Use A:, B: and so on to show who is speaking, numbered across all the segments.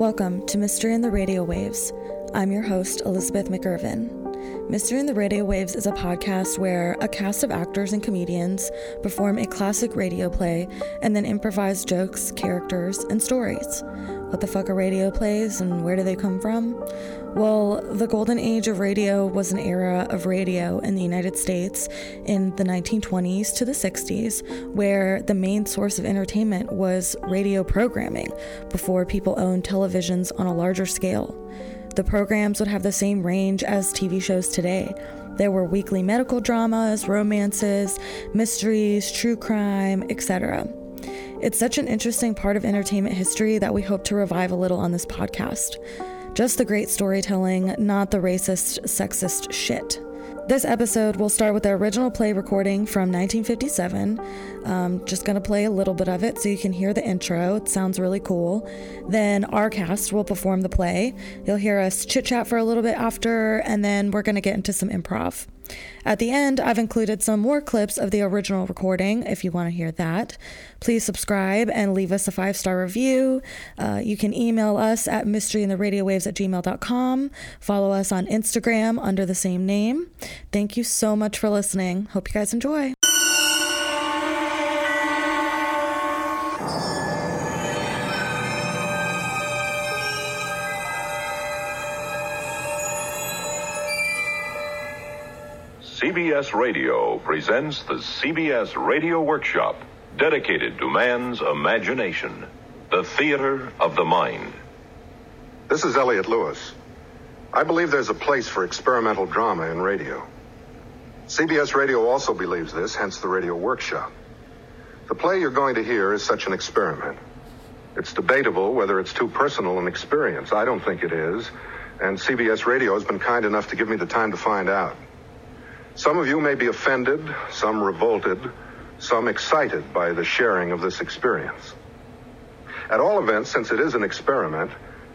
A: Welcome to Mystery in the Radio Waves. I'm your host, Elizabeth McIrvin. Mystery in the Radio Waves is a podcast where a cast of actors and comedians perform a classic radio play and then improvise jokes, characters, and stories. What the fuck are radio plays and where do they come from? Well, the golden age of radio was an era of radio in the United States in the 1920s to the 60s where the main source of entertainment was radio programming before people owned televisions on a larger scale. The programs would have the same range as TV shows today. There were weekly medical dramas, romances, mysteries, true crime, etc. It's such an interesting part of entertainment history that we hope to revive a little on this podcast. Just the great storytelling, not the racist, sexist shit. This episode will start with the original play recording from 1957. Um, just gonna play a little bit of it so you can hear the intro. It sounds really cool. Then our cast will perform the play. You'll hear us chit chat for a little bit after, and then we're gonna get into some improv. At the end, I've included some more clips of the original recording if you want to hear that. Please subscribe and leave us a five star review. Uh, you can email us at mysteryintheradiowaves at gmail.com. Follow us on Instagram under the same name. Thank you so much for listening. Hope you guys enjoy.
B: CBS Radio presents the CBS Radio Workshop, dedicated to man's imagination, the theater of the mind.
C: This is Elliot Lewis. I believe there's a place for experimental drama in radio. CBS Radio also believes this, hence the radio workshop. The play you're going to hear is such an experiment. It's debatable whether it's too personal an experience. I don't think it is, and CBS Radio has been kind enough to give me the time to find out. Some of you may be offended, some revolted, some excited by the sharing of this experience. At all events, since it is an experiment,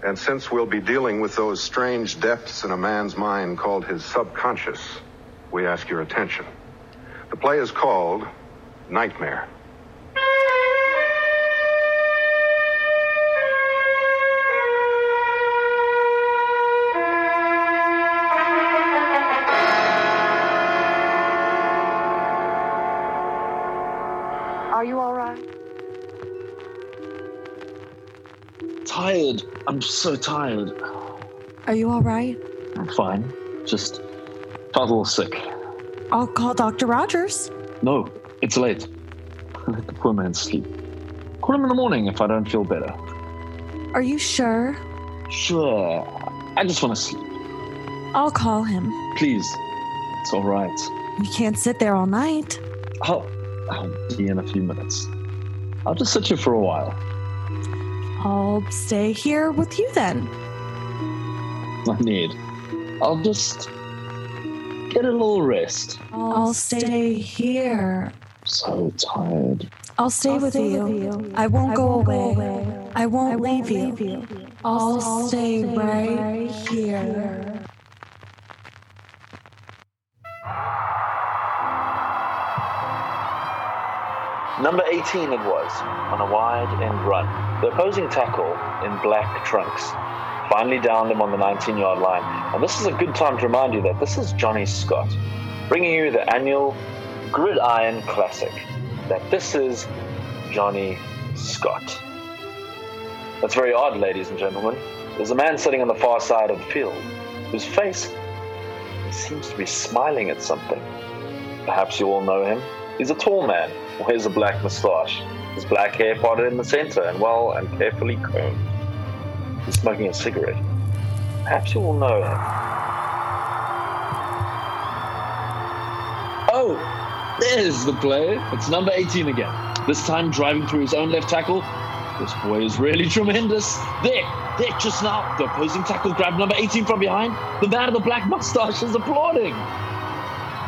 C: and since we'll be dealing with those strange depths in a man's mind called his subconscious, we ask your attention. The play is called Nightmare.
D: Are you all right?
E: tired. I'm so tired.
A: Are you all right?
E: I'm fine. Just felt a little sick.
A: I'll call Dr. Rogers.
E: No, it's late. Let the poor man sleep. Call him in the morning if I don't feel better.
A: Are you sure?
E: Sure. I just want to sleep.
A: I'll call him.
E: Please. It's all right.
A: You can't sit there all night.
E: I'll, I'll be in a few minutes. I'll just sit here for a while.
A: I'll stay here with you then.
E: I need. I'll just get a little rest.
A: I'll, stay, here.
E: So tired.
A: I'll stay, with, you. I won't, go, away. I won't leave, you. I'll, stay, right, here.
E: Number 18 it was, on a wide end run. The opposing tackle, in black trunks, finally downed him on the 19 yard line. And this is a good time to remind you that this is Johnny Scott, bringing you the annual Gridiron Classic. That this is Johnny Scott. That's very odd, ladies and gentlemen. There's a man sitting on the far side of the field whose face seems to be smiling at something. Perhaps you all know him. He's a tall man, wears a black moustache, his black hair parted in the center and well and carefully combed. He's smoking a cigarette. Perhaps you all know him. Oh, there's the play. It's number 18 again. This time driving through his own left tackle. This boy is really tremendous. There, there, just now, the opposing tackle grabbed number 18 from behind. The man of the black mustache is applauding.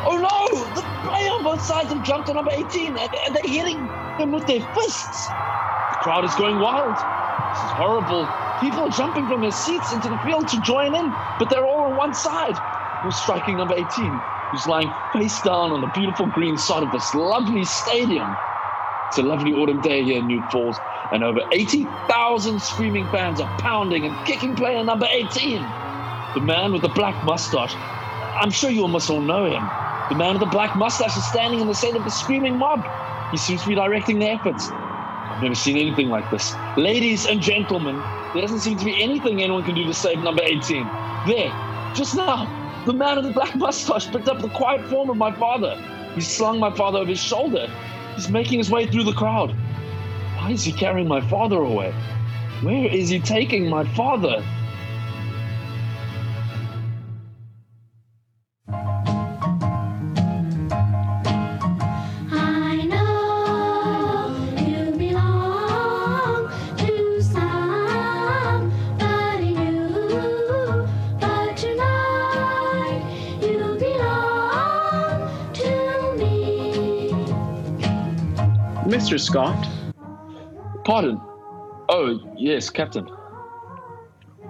E: Oh no! The player on both sides have jumped to number 18 and, and they're hitting him with their fists. The crowd is going wild. This is horrible. People are jumping from their seats into the field to join in, but they're all on one side. Who's striking number 18? Who's lying face down on the beautiful green sod of this lovely stadium?
F: It's a lovely autumn day here in New Falls, and over 80,000 screaming fans are pounding and kicking player number 18. The man with the black mustache. I'm sure you almost all know him. The man with the black mustache is standing in the center of the screaming mob. He seems to be directing their efforts. I've never seen anything like this. Ladies and gentlemen, there doesn't seem to be anything anyone can do to save number 18. There, just now, the man with the black mustache picked up the quiet form of my father. He slung my father over his shoulder. He's making his way through the crowd. Why is he carrying my father away? Where is he taking my father?
D: I know you belong to somebody new, but tonight you belong to me.
G: Mr. Scott,
F: Pardon? Oh, yes, Captain.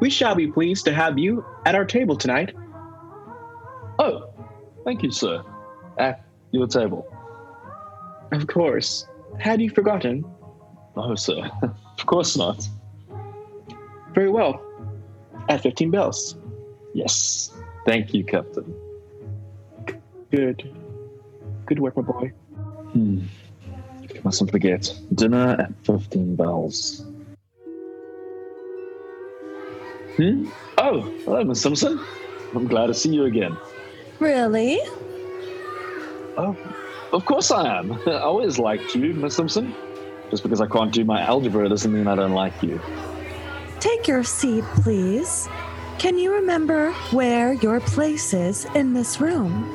G: we shall be pleased to have you at our table tonight.
F: Oh, thank you, sir. At your table.
G: Of course. Had you forgotten?
F: No, sir. Oh, of course not.
G: Very well. At 15 bells.
F: Yes. Thank you, Captain.
G: Good. Good work, my boy.
F: Mustn't forget dinner at 15 bells. Hmm? Oh, hello, Miss Simpson. I'm glad to see you again.
A: Really?
F: Oh, of course I am. I always liked you, Miss Simpson. Just because I can't do my algebra doesn't mean I don't like you.
A: Take your seat, please. Can you remember where your place is in this room?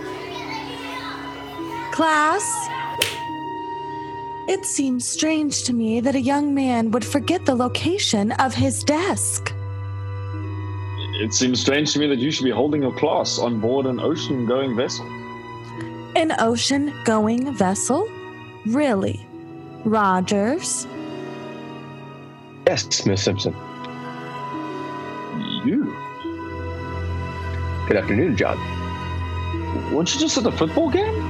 A: Class? It seems strange to me that a young man would forget the location of his desk.
F: It seems strange to me that you should be holding your class on board an ocean going vessel.
A: An ocean going vessel? Really? Rogers?
H: Yes, Miss Simpson.
F: You?
H: Good afternoon, John.
F: Weren't you just at the football game?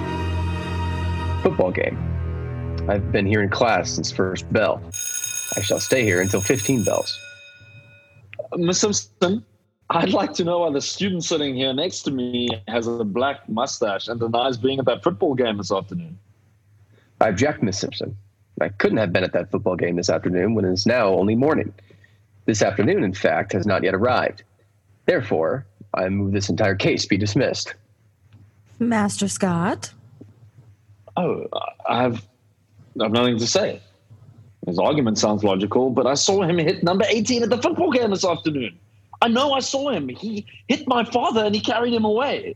H: Football game. I've been here in class since first bell. I shall stay here until 15 bells.
F: Uh, Miss Simpson, I'd like to know why the student sitting here next to me has a black mustache and denies being at that football game this afternoon.
H: I object, Miss Simpson. I couldn't have been at that football game this afternoon when it is now only morning. This afternoon, in fact, has not yet arrived. Therefore, I move this entire case be dismissed.
A: Master Scott?
F: Oh, I- I've, I've nothing to say. His argument sounds logical, but I saw him hit number 18 at the football game this afternoon. I know I saw him. He hit my father and he carried him away.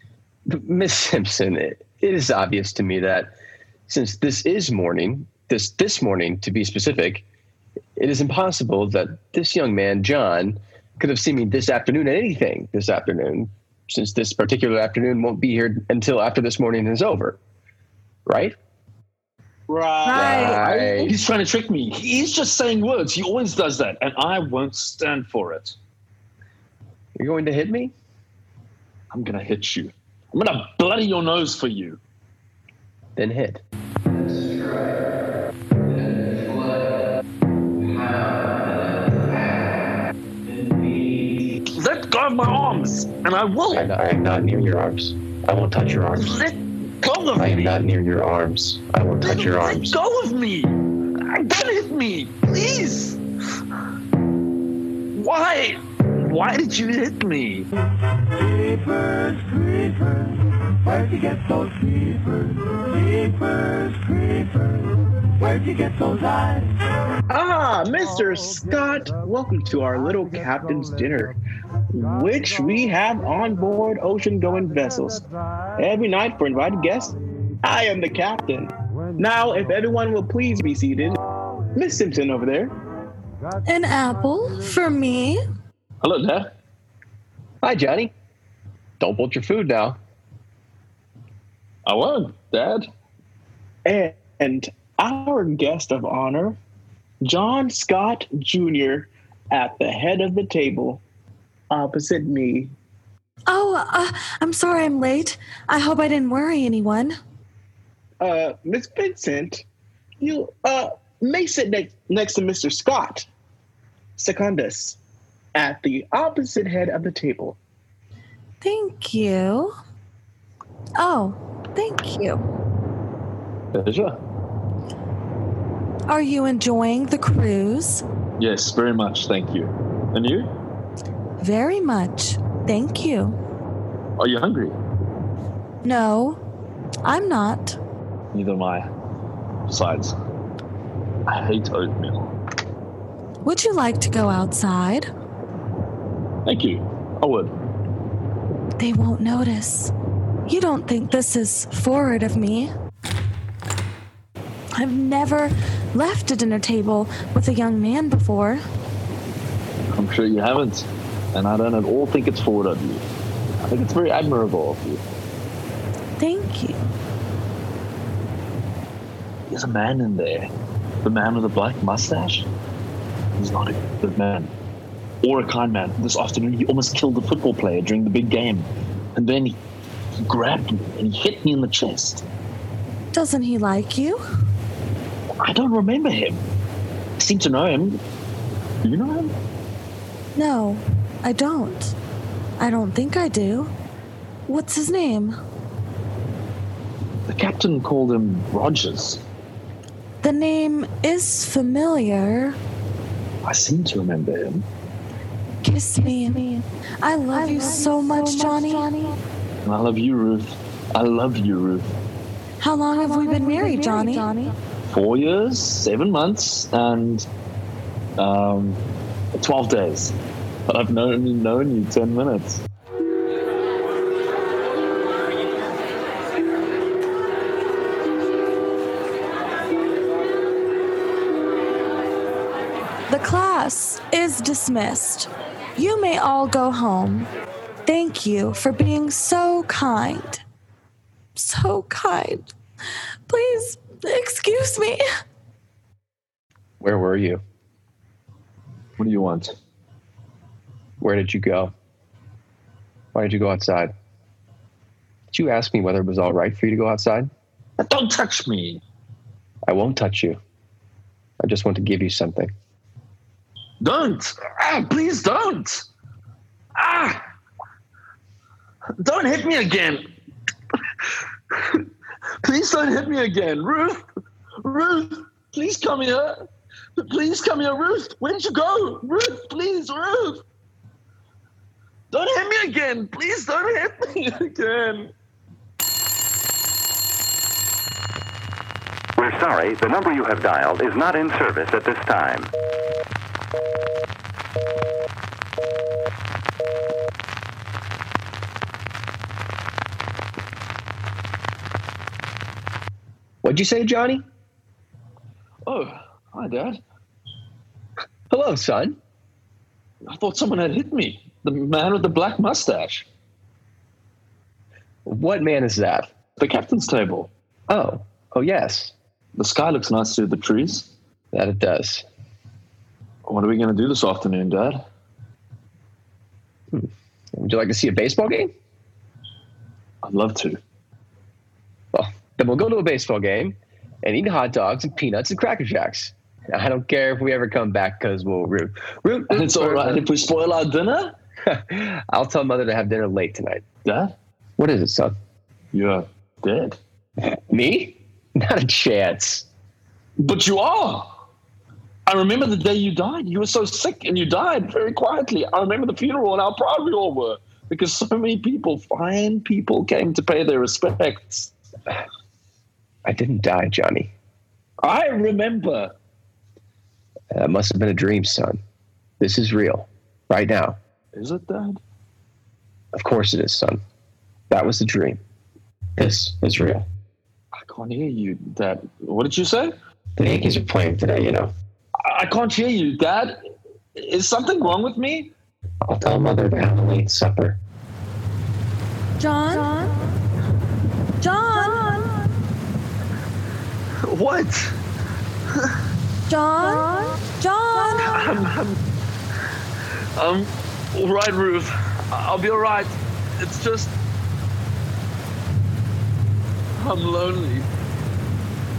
H: Miss Simpson, it, it is obvious to me that since this is morning, this this morning to be specific, it is impossible that this young man John could have seen me this afternoon at anything this afternoon, since this particular afternoon won't be here until after this morning is over. Right?
A: Right.
H: Right.
F: He's trying to trick me. He's just saying words. He always does that, and I won't stand for it.
H: You're going to hit me?
F: I'm going to hit you. I'm going to bloody your nose for you.
H: Then hit.
F: Let go of my arms, and I will.
I: I am, not, I am not near your arms. I won't touch your arms.
F: Let go of
I: I am
F: me.
I: not near your arms. I won't touch your arms.
F: Let go of me. Don't hit me, please. Why? Why did you hit me?
J: Creepers, creepers, where'd you get those creepers? Creepers, creepers, where'd you get those eyes?
G: Ah, Mr. Scott, welcome to our little captain's dinner, which we have on board ocean going vessels. Every night for invited guests, I am the captain. Now, if everyone will please be seated, Miss Simpson over there.
A: An apple for me?
F: Hello, Dad.
H: Hi, Johnny. Don't bolt your food now.
F: I won't, Dad.
G: And, and our guest of honor, John Scott Jr., at the head of the table, opposite me.
A: Oh, uh, I'm sorry I'm late. I hope I didn't worry anyone.
G: Uh, Miss Vincent, you uh, may sit ne- next to Mr. Scott, Secundus, at the opposite head of the table.
A: Thank you. Oh, thank you.
F: Pleasure.
A: Are you enjoying the cruise?
F: Yes, very much. Thank you. And you?
A: Very much. Thank you.
F: Are you hungry?
A: No, I'm not.
F: Neither am I. Besides, I hate oatmeal.
A: Would you like to go outside?
F: Thank you. I would.
A: They won't notice. You don't think this is forward of me? I've never left a dinner table with a young man before.
F: I'm sure you haven't. And I don't at all think it's forward of you. I think it's very admirable of you.
A: Thank you.
F: There's a man in there. The man with the black mustache? He's not a good man. Or a kind man. This afternoon, he almost killed a football player during the big game. And then he, he grabbed me and he hit me in the chest.
A: Doesn't he like you?
F: I don't remember him. I seem to know him. Do you know him?
A: No, I don't. I don't think I do. What's his name?
F: The captain called him Rogers.
A: The name is familiar.
F: I seem to remember him.
A: Kiss me. I love you so much, Johnny.
F: And I love you, Ruth. I love you, Ruth.
A: How long have we been married, Johnny?
F: Four years, seven months, and um, 12 days. But I've known, known you 10 minutes.
A: The class is dismissed. You may all go home. Thank you for being so kind. So kind. Please excuse me.
H: Where were you?
F: What do you want?
H: Where did you go? Why did you go outside? Did you ask me whether it was all right for you to go outside?
F: Don't touch me.
H: I won't touch you. I just want to give you something.
F: Don't! Ah, please don't! Ah! Don't hit me again! please don't hit me again, Ruth! Ruth, please come here! Please come here, Ruth! Where'd you go? Ruth, please, Ruth! Don't hit me again! Please don't hit me again!
K: We're sorry, the number you have dialed is not in service at this time.
H: What'd you say, Johnny?
F: Oh, hi, Dad.
H: Hello, son.
F: I thought someone had hit me. The man with the black mustache.
H: What man is that?
F: The captain's table.
H: Oh, oh, yes.
F: The sky looks nice through the trees.
H: That it does.
F: What are we going to do this afternoon, Dad?
H: Would you like to see a baseball game?
F: I'd love to.
H: Well, then we'll go to a baseball game and eat hot dogs and peanuts and Cracker Jacks. I don't care if we ever come back because we'll root. Root.
F: And it's all right if we spoil our dinner?
H: I'll tell mother to have dinner late tonight.
F: Dad?
H: What is it, son?
F: You're dead.
H: Me? Not a chance.
F: But you are! I remember the day you died. You were so sick and you died very quietly. I remember the funeral and how proud we all were because so many people, fine people, came to pay their respects.
H: I didn't die, Johnny.
F: I remember.
H: That must have been a dream, son. This is real, right now.
F: Is it, Dad?
H: Of course it is, son. That was the dream. This is real.
F: I can't hear you, Dad. What did you say?
L: The Yankees are playing today, you know.
F: I, I can't hear you, Dad. Is something wrong with me?
L: I'll tell Mother to have a late supper.
A: John? John? John?
F: What?
A: John? John?
F: I'm, I'm, I'm Um, all right, Ruth. I- I'll be all right. It's just. I'm lonely.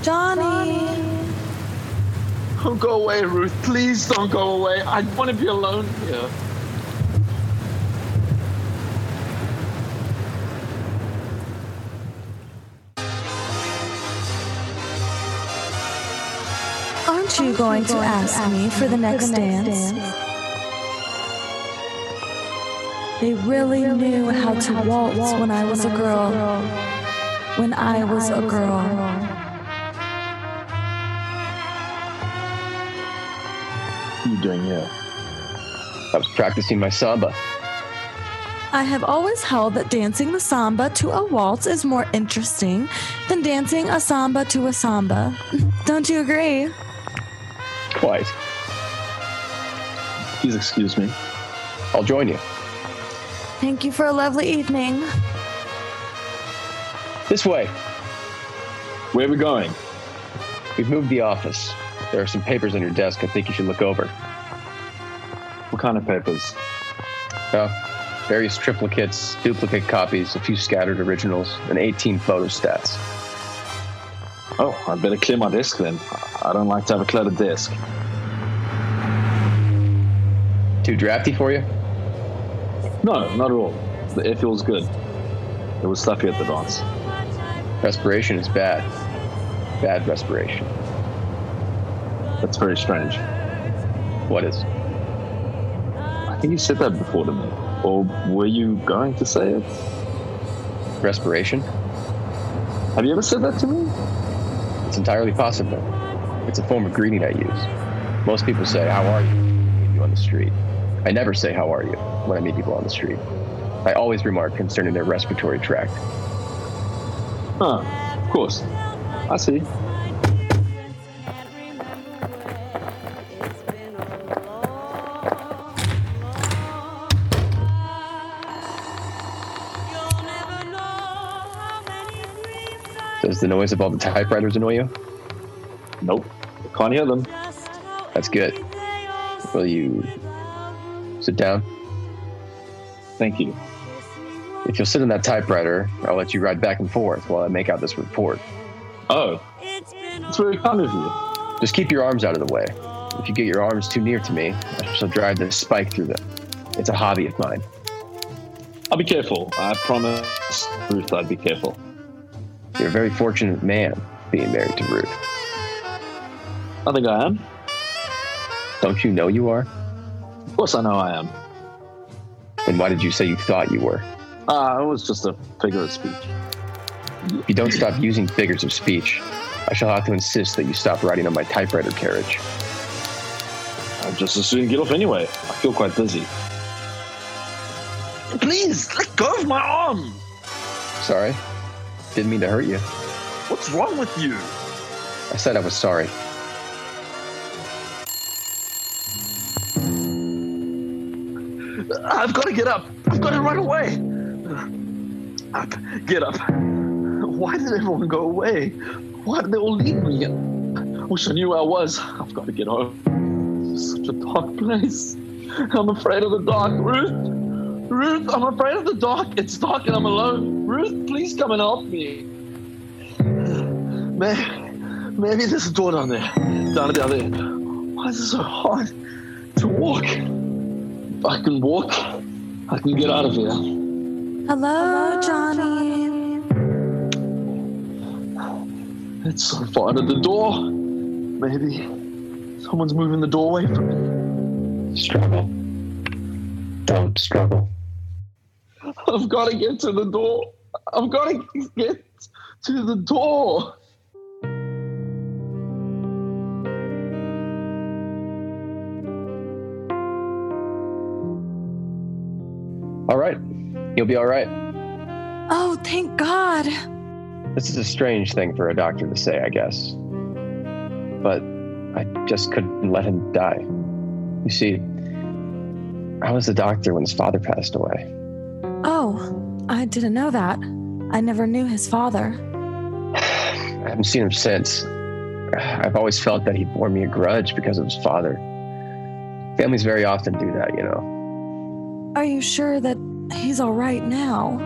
A: Johnny?
F: Oh, go away, Ruth. Please don't go away. I want to be alone here.
A: Aren't you going to ask me for the next dance? They really knew how to waltz when I was a girl. When I was a girl.
H: What are you doing here? I was practicing my samba.
A: I have always held that dancing the samba to a waltz is more interesting than dancing a samba to a samba. Don't you agree?
H: Quite.
F: Please excuse me.
H: I'll join you.
A: Thank you for a lovely evening.
H: This way.
F: Where are we going?
H: We've moved the office. There are some papers on your desk I think you should look over.
F: What kind of papers?
H: Oh, various triplicates, duplicate copies, a few scattered originals, and 18 photostats.
F: Oh, I'd better clear my desk then. I don't like to have a cluttered desk.
H: Too drafty for you?
F: No, not at all. The air feels good. It was stuffy at the dance.
H: Respiration is bad. Bad respiration.
F: That's very strange.
H: What is?
F: I think you said that before to me. Or were you going to say it?
H: Respiration?
F: Have you ever said that to me?
H: It's entirely possible. It's a form of greeting I use. Most people say, How are you? when I meet you on the street. I never say, How are you? when I meet people on the street. I always remark concerning their respiratory tract.
F: Huh, of course. I see.
H: Does the noise of all the typewriters annoy you?
F: Nope. Can't hear them.
H: That's good. Will you sit down?
F: Thank you.
H: If you'll sit in that typewriter, I'll let you ride back and forth while I make out this report.
F: Oh. It's very kind of you.
H: Just keep your arms out of the way. If you get your arms too near to me, I shall drive this spike through them. It's a hobby of mine.
F: I'll be careful. I promise, Ruth, I'd be careful.
H: You're a very fortunate man being married to Ruth.
F: I think I am.
H: Don't you know you are?
F: Of course, I know I am.
H: Then why did you say you thought you were?
F: Ah, it was just a figure of speech.
H: If you don't stop using figures of speech, I shall have to insist that you stop riding on my typewriter carriage.
F: I'd just as soon get off anyway. I feel quite busy. Please, let go of my arm!
H: Sorry? Didn't mean to hurt you.
F: What's wrong with you?
H: I said I was sorry.
F: I've got to get up. I've got to run away. Up, get up. Why did everyone go away? Why did they all leave me? I wish I knew where I was. I've got to get home. It's such a dark place. I'm afraid of the dark, Ruth. Ruth, I'm afraid of the dark. It's dark and I'm alone. Ruth, please come and help me. Maybe, maybe there's a door down there, down at the other end. Why is it so hard to walk? If I can walk, I can get out of here.
A: Hello, Johnny.
F: It's so far to the door. Maybe someone's moving the doorway from me.
M: Struggle. Don't struggle.
F: I've got to get to the door. I've got to get to the door.
H: All right. You'll be all right.
A: Oh, thank God.
H: This is a strange thing for a doctor to say, I guess. But I just couldn't let him die. You see, I was a doctor when his father passed away.
A: Oh, I didn't know that. I never knew his father.
H: I haven't seen him since. I've always felt that he bore me a grudge because of his father. Families very often do that, you know.
A: Are you sure that he's all right now?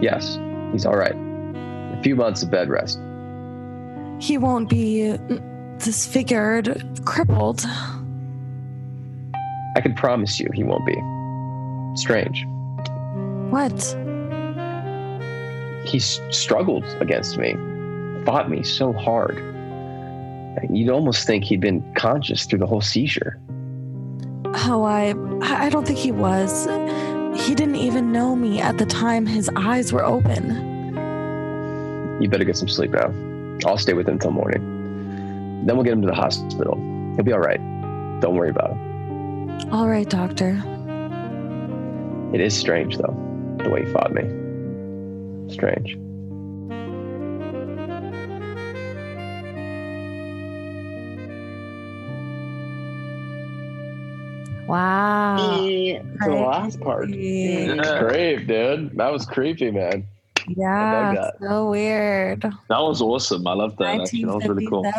H: Yes, he's all right. A few months of bed rest.
A: He won't be
D: mm, disfigured, crippled.
H: I can promise you he won't be. Strange.
D: What?
H: He s- struggled against me, fought me so hard. You'd almost think he'd been conscious through the whole seizure.
D: Oh, I I don't think he was. He didn't even know me at the time his eyes were open.
H: You better get some sleep now. I'll stay with him till morning. Then we'll get him to the hospital. He'll be all right. Don't worry about him.
D: All right, doctor.
H: It is strange, though, the way he fought me. Strange.
D: Wow.
A: Uh,
G: The last part.
F: Mm. Creep, dude. That was creepy, man.
D: Yeah,
F: that.
D: so weird.
F: That was awesome. I love that. Actually, that was really cool.
H: That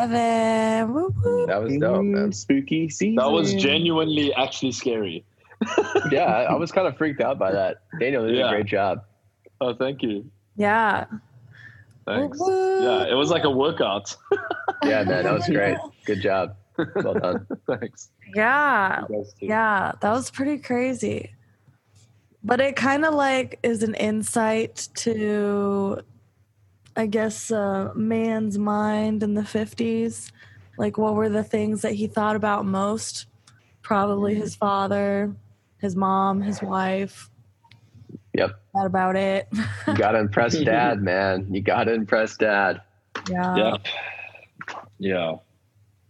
H: was dope, man.
G: Spooky season.
F: That was genuinely actually scary.
H: yeah, I I was kind of freaked out by that. Daniel did
F: Yeah.
H: a great job.
F: Oh, thank you.
D: Yeah.
F: Thanks. Yeah, it was like a workout.
H: Yeah, man, that was great. Good job. Well done.
F: Thanks.
D: Yeah.
F: You guys too.
D: Yeah. That was pretty crazy. But it kind of like is an insight to, I guess, uh, man's mind in the 50s. Like, what were the things that he thought about most? Probably his father, his mom, his wife.
H: Yep.
D: That about it.
H: You gotta impress dad, man. You gotta impress dad.
D: Yeah.
F: Yeah. Yeah.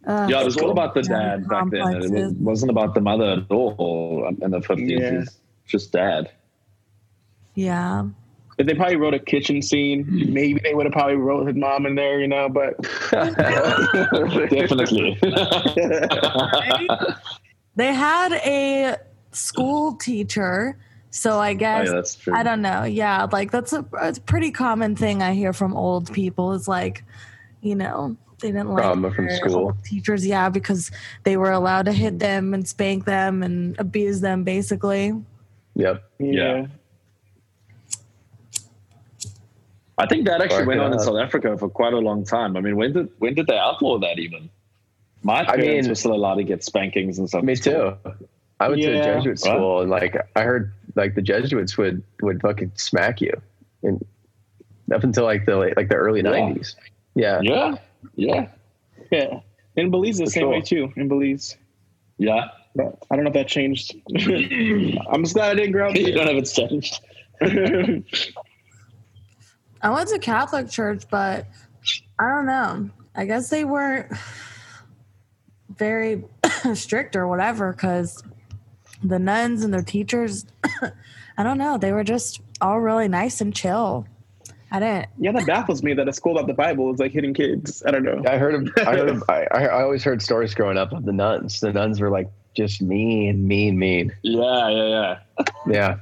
D: Uh,
F: yeah, it was all about the dad back then. It wa-
D: complexes.
F: wasn't about the mother at all in the 50s.
G: Yeah.
F: It's just dad.
D: Yeah.
G: If they probably wrote a kitchen scene, maybe they would have probably wrote his mom in there, you know, but
F: Definitely.
D: They had a school teacher, so I guess
F: that's true.
D: I don't know. Yeah, like that's a, it's a pretty common thing I hear from old people is like, you know, they didn't like
H: Trauma from
D: their
H: school.
D: old teachers, yeah, because they were allowed to hit them and spank them and abuse them basically.
H: Yep.
F: Yeah. I think that actually
H: Fuck
F: went
H: it
F: on in
H: up.
F: South Africa for quite a long time. I mean, when did when did they outlaw that even? My
H: I
F: parents
H: mean-
F: were still allowed to get spankings and stuff.
H: Me too. I went to a
G: Yeah.
H: Jesuit school and like I heard like the Jesuits would would fucking smack you and up until like the late, like the early
F: Yeah.
H: nineties. Yeah.
F: Yeah, yeah,
G: yeah. In Belize, the
F: For
G: same
F: sure.
G: way, too. In Belize.
F: yeah.
G: But I don't know if that changed. I'm just glad I didn't grow up.
F: you don't have it changed.
G: there.
D: I went to Catholic church, but I don't know. I guess they weren't very strict or whatever because the nuns and their teachers, I don't know, they were just all really nice and chill. I didn't.
G: yeah, that baffles me that a school about the Bible is like hitting kids. I don't know.
H: I heard of, I heard of, I, I I always heard stories growing up of the nuns. The nuns were like just mean, mean, mean.
F: Yeah, yeah, yeah.
H: Yeah.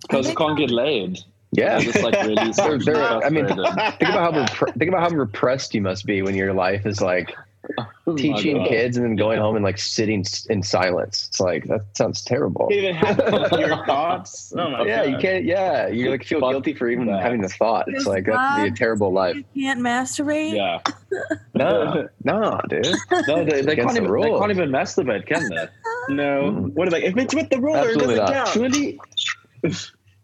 F: Because you can't get laid.
H: Yeah.
F: It's like really.
H: They're- they're- I mean, think
F: frustrated.
H: about how repre- think about how repressed you must be when your life is like
F: Oh my
H: teaching
F: God.
H: kids and then going home and like sitting s- in silence. It's like that sounds terrible.
G: Can't even have your thoughts. Oh my
H: Yeah,
G: God.
H: you can't. Yeah, you like feel
F: Fuck
H: guilty for even
F: that.
H: having the thought. It's
D: Just
H: like that'd be a
D: laugh.
H: terrible life.
D: You can't masturbate.
F: Yeah.
H: No, no, dude.
F: No, they, they, can't
H: Against the
F: even, they
H: rules.
F: can't even masturbate, can they?
G: No.
H: Mm.
G: What are they? If it's with the ruler, it
H: Absolutely
G: doesn't
H: not.
G: count.
F: surely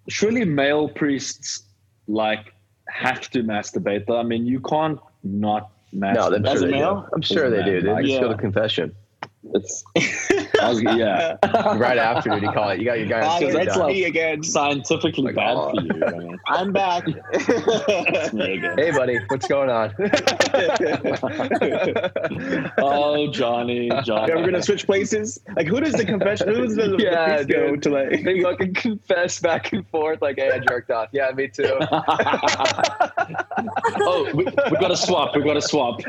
F: surely male priests like have to masturbate though. I mean you can't not masturbate.
H: No, I'm
F: As
H: sure
F: a
H: they do.
F: male?
H: I'm sure
F: As a
H: they do.
F: man,
H: They
F: like,
H: just
F: yeah.
H: go to confession
F: It's- I was- yeah.
H: right after. Did you call it? You got your guy.
G: Ah,
H: on speed
G: that's
H: dial.
G: me again.
F: Scientifically
H: Like,
F: bad
H: oh.
F: for you. I mean,
G: I'm back.
F: it's mega.
H: hey, buddy, what's going on?
F: Oh Johnny, Johnny.
G: Yeah, we're gonna switch places. Like, who does the confession? Who does the, the
H: Yeah,
G: priest go
H: dude.
G: to? Like,
H: they fucking confess back and forth like, "Hey, I jerked off." Yeah, me too.
F: oh, we, we got to swap. We got to swap.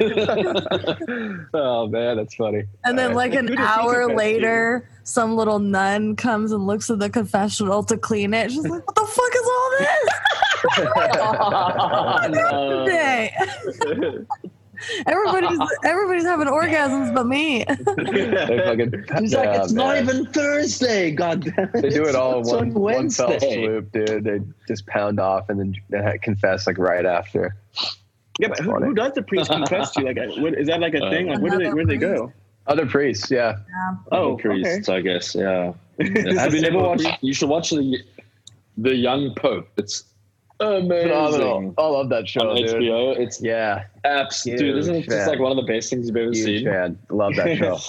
H: oh man, that's funny.
D: And then, like
G: Who
D: an
G: does he
D: hour
G: confess to?
D: later, some little nun comes and looks at the confessional to clean it. She's like, "What the fuck is all this?"
F: Oh, no.
D: today? everybody's everybody's having orgasms but me.
H: They fucking,
F: He's like,
H: Yeah,
F: it's not
H: man.
F: even Thursday. God damn it.
H: They do it all in
F: It's
H: one,
F: on
H: one fell
F: Wednesday.
H: swoop, dude. They just pound off and then confess like right after.
G: Yeah, but who, who does the priest confess to? Like, what, is that like a
H: Uh,
G: thing? Like, where do they where do they go?
H: Other priests, yeah.
G: Oh,
F: Other priests, I guess. Yeah.
G: This
F: Have you
G: is
F: never
G: so
F: watched? You should watch the the Young Pope. It's amazing.
H: Phenomenal. Oh, I love that show.
F: On
H: dude.
F: HBO, it's
H: yeah,
F: abs. Dude, isn't it just like one of the best things you've ever
H: Huge
F: seen?
H: Fan. Love that show.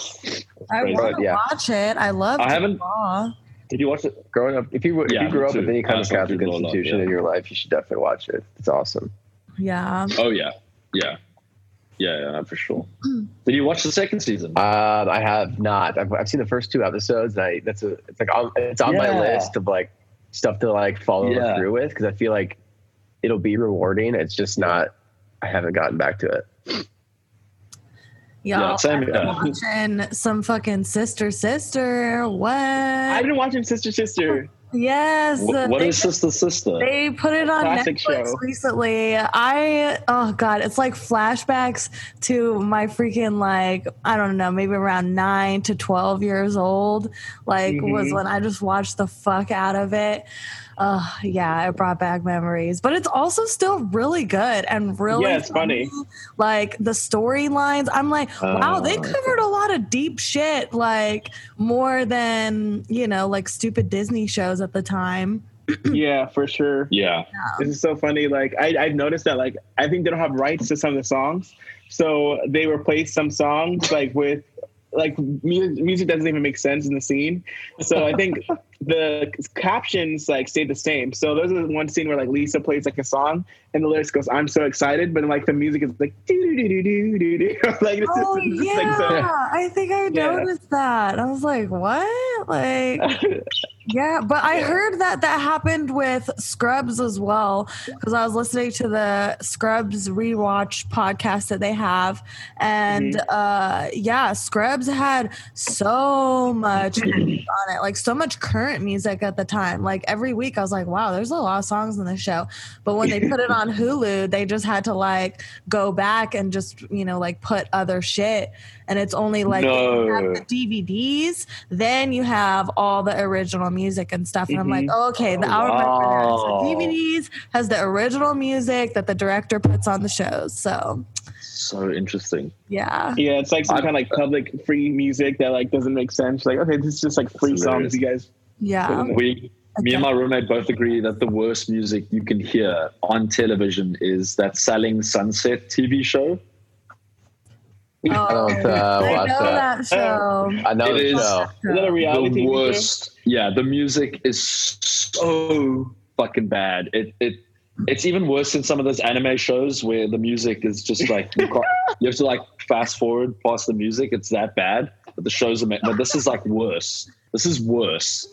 A: I
F: Right.
A: want
F: But,
A: to
F: yeah.
A: watch it. I love.
F: I
A: Jude
F: haven't-
A: Law.
F: Did you watch it?
H: Growing up, if you if
F: Yeah,
H: you grew
F: me
H: up with
F: too.
H: any kind
F: I
H: of
F: saw
H: Catholic
F: people a lot,
H: institution
F: yeah.
H: in your life, you should definitely watch it. It's awesome.
A: Yeah.
F: Oh yeah, yeah, yeah, yeah, for sure. Did you watch the second season?
H: Um, I have not. I've, I've seen the first two episodes. And I that's a it's like on, it's on
F: Yeah.
H: my list of like stuff to like follow
F: Yeah.
H: through with because I feel like it'll be rewarding. It's just not. I haven't gotten back to it.
A: Y'all
H: Yeah,
A: I'm
H: same here.
A: watching some fucking sister sister. What?
G: I've been watching Sister Sister.
A: Yes.
F: Wh- what
A: they,
F: is Sister Sister?
A: They put it on
G: Classic
A: Netflix
G: show.
A: recently. I oh god, it's like flashbacks to my freaking like I don't know, maybe around nine to twelve years old. Like was
G: Mm-hmm.
N: Mhm.
A: when I just watched the fuck out of it. Uh, yeah, it brought back memories, but it's also still really good and really
G: Yeah, it's funny.
A: Like the storylines, I'm like, wow, they
G: Oh, okay.
A: covered a lot of deep shit, like more than you know, like stupid Disney shows at the time.
G: yeah, for sure.
F: Yeah.
G: This is so funny. Like I, I've noticed that like I think they don't have rights to some of the songs, so they replace some songs like with like music, music doesn't even make sense in the scene. So I think the captions like stayed the same. So there's this one scene where like Lisa plays like a song and the lyrics goes "I'm so excited," but like the music is like doo doo doo doo doo doo. Like this
A: Oh
G: is
A: yeah,
G: just, like, so-
A: I think I
G: Yeah.
A: noticed that. I was like, what? Like, yeah. But I heard that that happened with Scrubs as well because I was listening to the Scrubs rewatch podcast that they have, and
N: Mhm.
A: uh, yeah, Scrubs had so much music on it, like so much current music at the time. Like every week, I was like, wow, there's a lot of songs in the show. But when they put it on Hulu, they just had to like go back and just you know like put other shit. And it's only like
N: No.
A: if you have the DVDs, then you have all the original music and stuff. And I'm
N: Mhm.
A: like, okay, the
N: Oh,
A: hour
N: wow.
A: DVDs has the original music that the director puts on the shows. So
F: So interesting.
A: yeah.
G: Yeah, it's like some kind of like public free music that like doesn't make sense. Like, okay, this is just like free
F: That's hilarious.
G: songs you guys
A: Yeah.
F: We, me and my roommate both agree that the worst music you can hear on television is that Selling Sunset TV show.
A: Oh,
H: I don't uh,
A: I
H: watch
A: know
H: that.
A: that show.
H: I know the
F: it is
H: show.
G: Is that a reality TV
F: the
G: show?
F: worst. Yeah, the music is so fucking bad. It it it's even worse than some of those anime shows where the music is just like you, can't, you have to like fast forward past the music. It's that bad. But the shows are ma- but this is like worse. This is worse.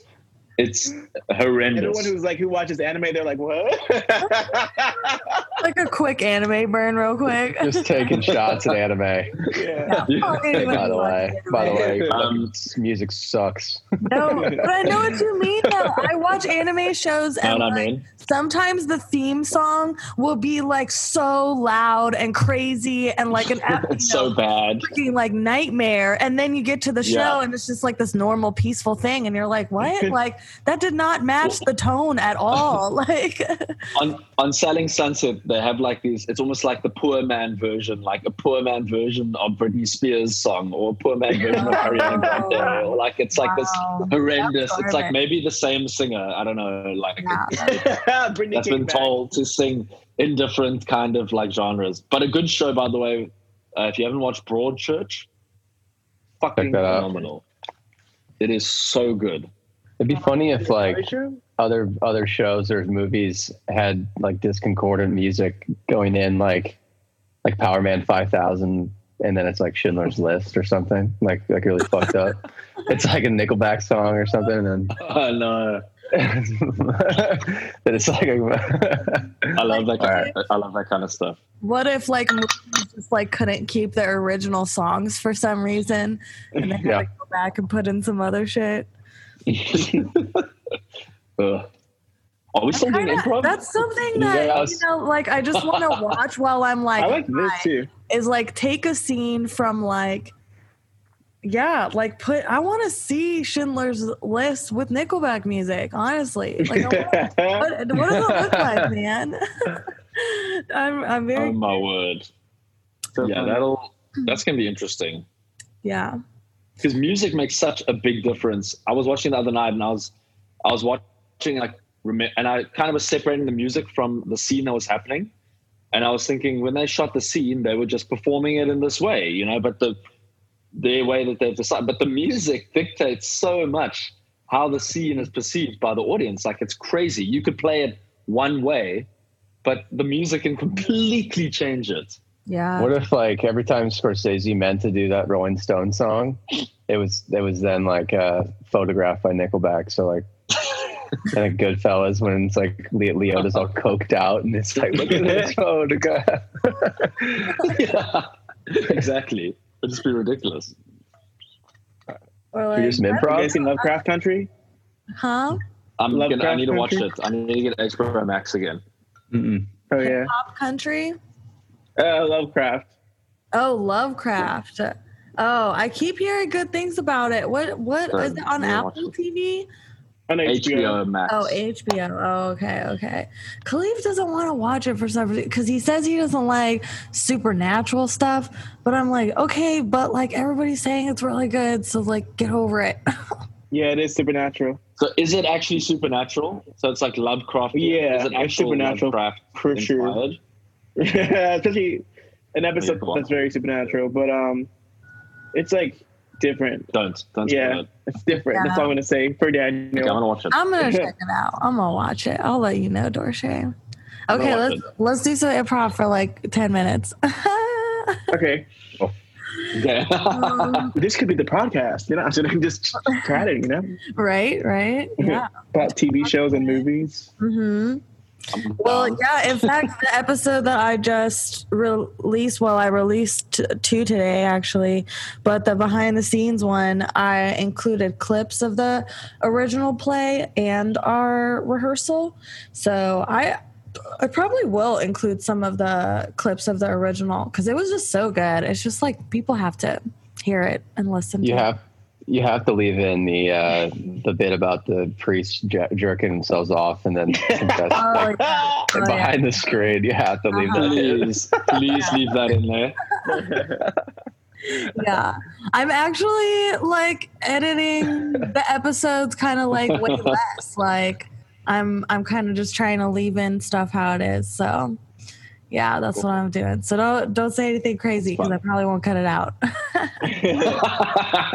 F: It's
G: Everyone
F: horrendous.
G: who's like who watches anime, they're like, what?
A: like a quick anime burn, real quick.
H: Just taking shots at anime.
G: Yeah.
H: by the way, by the way,
F: Um,
H: music sucks.
A: No, but I know what you mean. Though I watch anime shows, and
H: what I
A: like,
H: mean?
A: sometimes the theme song will be like so loud and crazy, and like an epic
F: It's so bad.
A: freaking like nightmare. And then you get to the show,
F: Yeah.
A: and it's just like this normal, peaceful thing, and you're like, what? like that did not match the tone at all. Like,
F: on on Selling Sunset, they have like these. It's almost like the poor man version, like a poor man version of Britney Spears song, or a poor man version of Ariana Grande, or like it's like this horrendous.
G: That's
F: It's like
G: garbage.
F: maybe the same singer. I don't know. Like
G: Britney
F: that's
G: came
F: been
G: back.
F: told to sing in different kind of like genres. But a good show, by the way. Uh, if you haven't watched Broadchurch, fucking
H: that out.
F: phenomenal. It is so good.
H: It'd be funny if like other other shows or movies had like disconcordant music going in, like like Power Man Five Thousand, and then it's like Schindler's List or something, like like really fucked up. It's like a Nickelback song or something, and then
F: Oh no.
H: then it's like a,
F: I love that kind of, I love that kind of stuff.
A: what if like movies just like couldn't keep their original songs for some reason, and they had
F: Yeah.
A: to go back and put in some other shit?
F: Ugh. Are we still doing
A: Yeah,
F: improv?
A: That's something that
F: Yes.
A: you know, like I just want to watch while I'm like.
F: I like this
A: high,
F: too.
A: Is like take a scene from like, yeah, like put. I want to see Schindler's List with Nickelback music. Honestly, like, I wanna- what, what does it look like, man? I'm, I'm very.
G: Um,
F: Oh my word! Yeah, that'll that's gonna be interesting
A: Yeah.
F: because music makes such a big difference. I was watching the other night, and I was I was watching like remi- and I kind of was separating the music from the scene that was happening, and I was thinking when they shot the scene, they were just performing it in this way, you know, but the the way that they've decided, but the music dictates so much how the scene is perceived by the audience. Like it's crazy. You could play it one way, but the music can completely change it.
A: Yeah.
H: What if like every time Scorsese meant to do that Rolling Stone song, it was it was then like uh, photographed by Nickelback. So like, and a Goodfellas when it's like Leo, Leo is all coked out and it's like look at this photograph.
F: exactly. It'd just be ridiculous.
A: Or
G: You're just an improv? You guys seen Lovecraft Country?
A: Huh?
F: I'm
G: Lovecraft
F: gonna, I need to watch
G: Country?
F: it. I need to get Expert Max again.
G: Oh yeah,
A: Pop country.
G: uh, Lovecraft.
A: Oh, Lovecraft. Oh, I keep hearing good things about it. What? What
F: Um,
A: is it on
F: yeah, watch
A: Apple TV?
G: On
F: HBO, Max.
A: Oh, HBO. Oh, okay, okay. Khalif doesn't want to watch it for some reason because he says he doesn't like supernatural stuff. But I'm like, okay, but like everybody's saying it's really good, so like get over it.
G: Yeah, it is supernatural.
F: So is it actually supernatural? So it's like Lovecraft.
G: Yeah,
F: is it
G: it's
F: actual
G: supernatural
F: Lovecraft
G: for sure.
F: inspired?
G: Especially an
F: Yeah,
G: episode
F: go on.
G: that's very supernatural, but um, it's like different.
F: Don't don't spoil
G: Yeah,
F: it.
G: it's different. That's all I'm gonna say for Daniel.
F: Okay, I'm gonna watch it.
A: I'm gonna check it out. I'm gonna watch it. I'll let you know, Dorsey.
F: gonna
A: Okay,
F: watch
A: let's let's do some improv for like ten minutes.
G: okay.
F: Okay.
G: this could be the podcast, you know. So they can just chat it, you know,
A: right, right. Yeah.
G: about TV shows and movies.
A: hmm
H: Mm-hmm.
A: Well, yeah. In fact, the episode that I just released, well, I released t- two today actually, but the behind the scenes one, I included clips of the original play and our rehearsal. So I, I probably will include some of the clips of the original because it was just so good. It's just like people have to hear it and listen.
H: You
A: to
H: have you have to leave in the uh, the bit about the priest jer- jerking themselves off and then confess,
A: It. Oh,
H: like,
A: yeah. Uh-huh. Oh, yeah.
H: behind the screen. You have to leave that in.
F: Please, please leave that in there.
A: yeah i'm actually like editing the episodes kind of like way less like i'm i'm kind of just trying to leave in stuff how it is so yeah that's what i'm doing so don't don't say anything crazy because i probably won't cut it out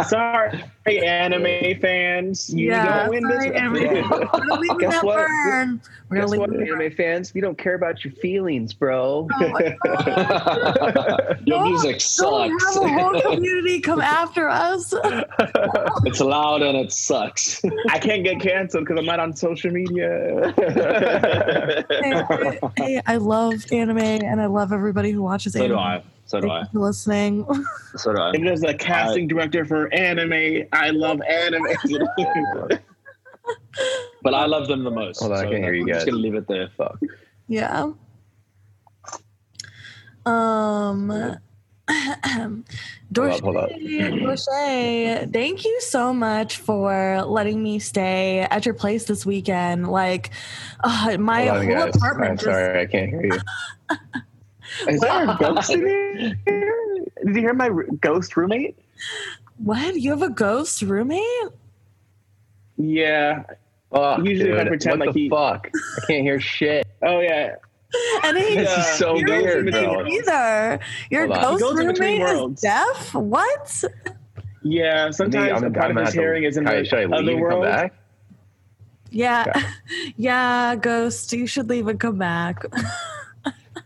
G: Sorry, anime fans. You
A: yeah
G: don't win
A: sorry,
G: this. one.
A: everybody. we're gonna leave
H: Guess
A: that
H: what?
A: burn we're
H: Guess
A: gonna
H: what,
A: leave it
H: anime fans? We don't care about your feelings, bro.
A: Oh.
F: Your
A: No,
F: music
A: don't
F: sucks.
A: Oh, have a whole community come after us
F: it's loud and it sucks.
G: I can't get canceled because I'm not on social media.
A: hey, I- hey, i love anime and i love everybody who watches
F: So
A: anime
F: do I. So do I.
A: Thank you for listening
F: So do I.
G: and there's a casting director for anime. I love anime.
F: But I love them the most.
H: Hold on, I
F: so
H: can't hear you
F: I'm just
H: guys.
F: gonna leave it there.
H: Fuck.
A: Yeah. Um, Dorsey,
H: Hold up,
A: Dorsey, thank you so much for letting me stay at your place this weekend. Like, uh, my
H: Hold on,
A: whole
H: guys. I'm
A: apartment just.
H: sorry, I can't hear you.
G: Is there a ghost in here? Did you hear my r- ghost roommate?
A: What? You have a ghost roommate?
G: Yeah.
H: Fuck,
G: Usually if I
H: dude.
G: pretend
H: what
G: like
H: the
G: he-
H: fuck? I can't hear shit.
G: Oh yeah.
A: And he,
H: This
G: Yeah.
H: is so
A: you're
H: weird,
A: not
H: bro.
A: either. Your
H: Hold on.
A: ghost
G: Ghost in between
A: roommate is
G: worlds.
A: deaf? What?
G: Yeah. Sometimes
H: I'm-
G: a
H: I'm
G: part of
H: gonna
G: his
H: have to-
G: hearing is in
H: Kai,
G: the
H: should I leave
G: other
H: and
G: world.
H: Come back?
A: Yeah. yeah, ghost, you should leave and come back.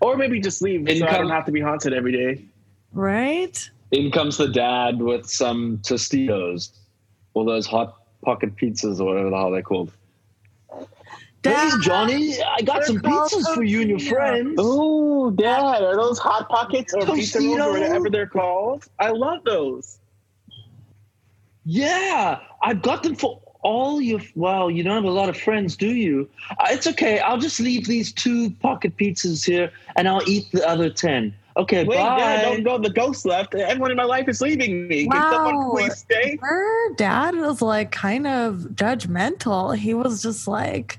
G: Or maybe just leave so I
F: Income-
G: don't have to be haunted every day.
A: right?
F: In comes the dad with some Tostitos, or those hot pocket pizzas, or whatever the hell they're called.
A: Dad,
F: Hey, Johnny, I got some
A: called
F: pizzas for you and your
A: Tostitos.
F: friends.
G: Oh. Ooh, Dad, are those hot pockets or pizza rolls or
F: Tostito?
G: whatever they're called? I love those.
F: Yeah, I've got them for all your. Well, you don't have a lot of friends, do you? Uh, It's okay. I'll just leave these two pocket pizzas here, and I'll eat the other ten. Okay,
G: Wait,
F: bye.
G: Dad, don't go. The ghost left. Everyone in my life is leaving me. Can someone
A: Wow.
G: please stay?
A: her dad was like kind of judgmental. He was just like,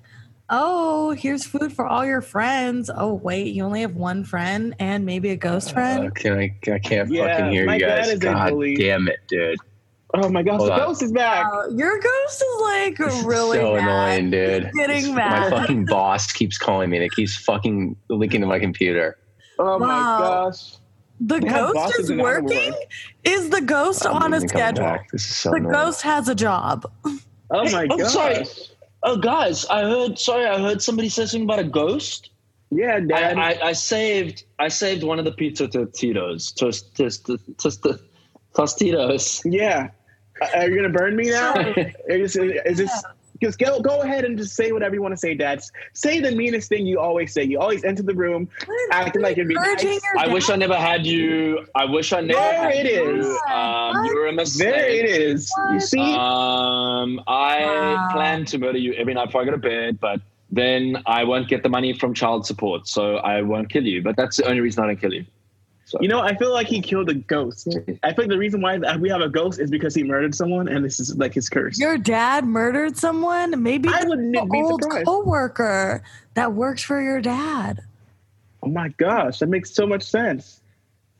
A: oh, here's food for all your friends. Oh, wait, you only have one friend and maybe a ghost friend.
H: Can I? I can't
G: Yeah,
H: fucking hear
G: my
H: you
G: dad
H: guys.
G: is a
H: God
G: bully.
H: damn it, dude.
G: Oh my gosh,
H: Hold
G: the
H: on.
G: ghost is back.
A: Wow, your ghost is like really
H: so
A: mad.
H: annoying, dude.
A: You're getting
H: My
A: mad.
H: fucking boss keeps calling me and it keeps fucking linking to my computer.
G: Oh my
A: Wow.
G: gosh.
A: The
G: They have
A: ghost
G: bosses
A: is
G: in our world.
A: working? Is the ghost
H: I'm
A: on a
H: even coming
A: schedule?
H: back. This is so
A: The
H: annoying.
A: ghost has a job.
G: Oh
F: Hey,
G: my
F: oh,
G: gosh.
F: sorry. Oh, guys, I heard. Sorry, I heard somebody say something about a ghost.
G: Yeah,
F: I,
G: Dad.
F: I, I saved. I saved one of the pizza tortitos. Tost, tost, tost, tostitos.
G: yeah. Uh, Are you gonna burn me now? is, is this? Just go, go ahead and just say whatever you want to say, Dad. Say the meanest thing you always say. You always enter the room acting like you're being
A: Encouraging
G: nice.
A: your
F: I
A: dad.
F: wish I never had you. I wish I never.
G: There
F: had
G: it
F: you.
G: is.
F: Um, you were a mistake.
G: There it is. You see?
F: Um, I
A: Wow.
F: plan to murder you every night before I go to bed, but then I won't get the money from child support, so I won't kill you. But that's the only reason I don't kill you. So
G: You know, I feel like he killed a ghost. I feel like the reason why we have a ghost is because he murdered someone, and this is like his curse.
A: Your dad murdered someone? Maybe
G: I
A: the
G: wouldn't be
A: old
G: surprised.
A: coworker that works for your dad.
G: Oh my gosh, that makes so much sense.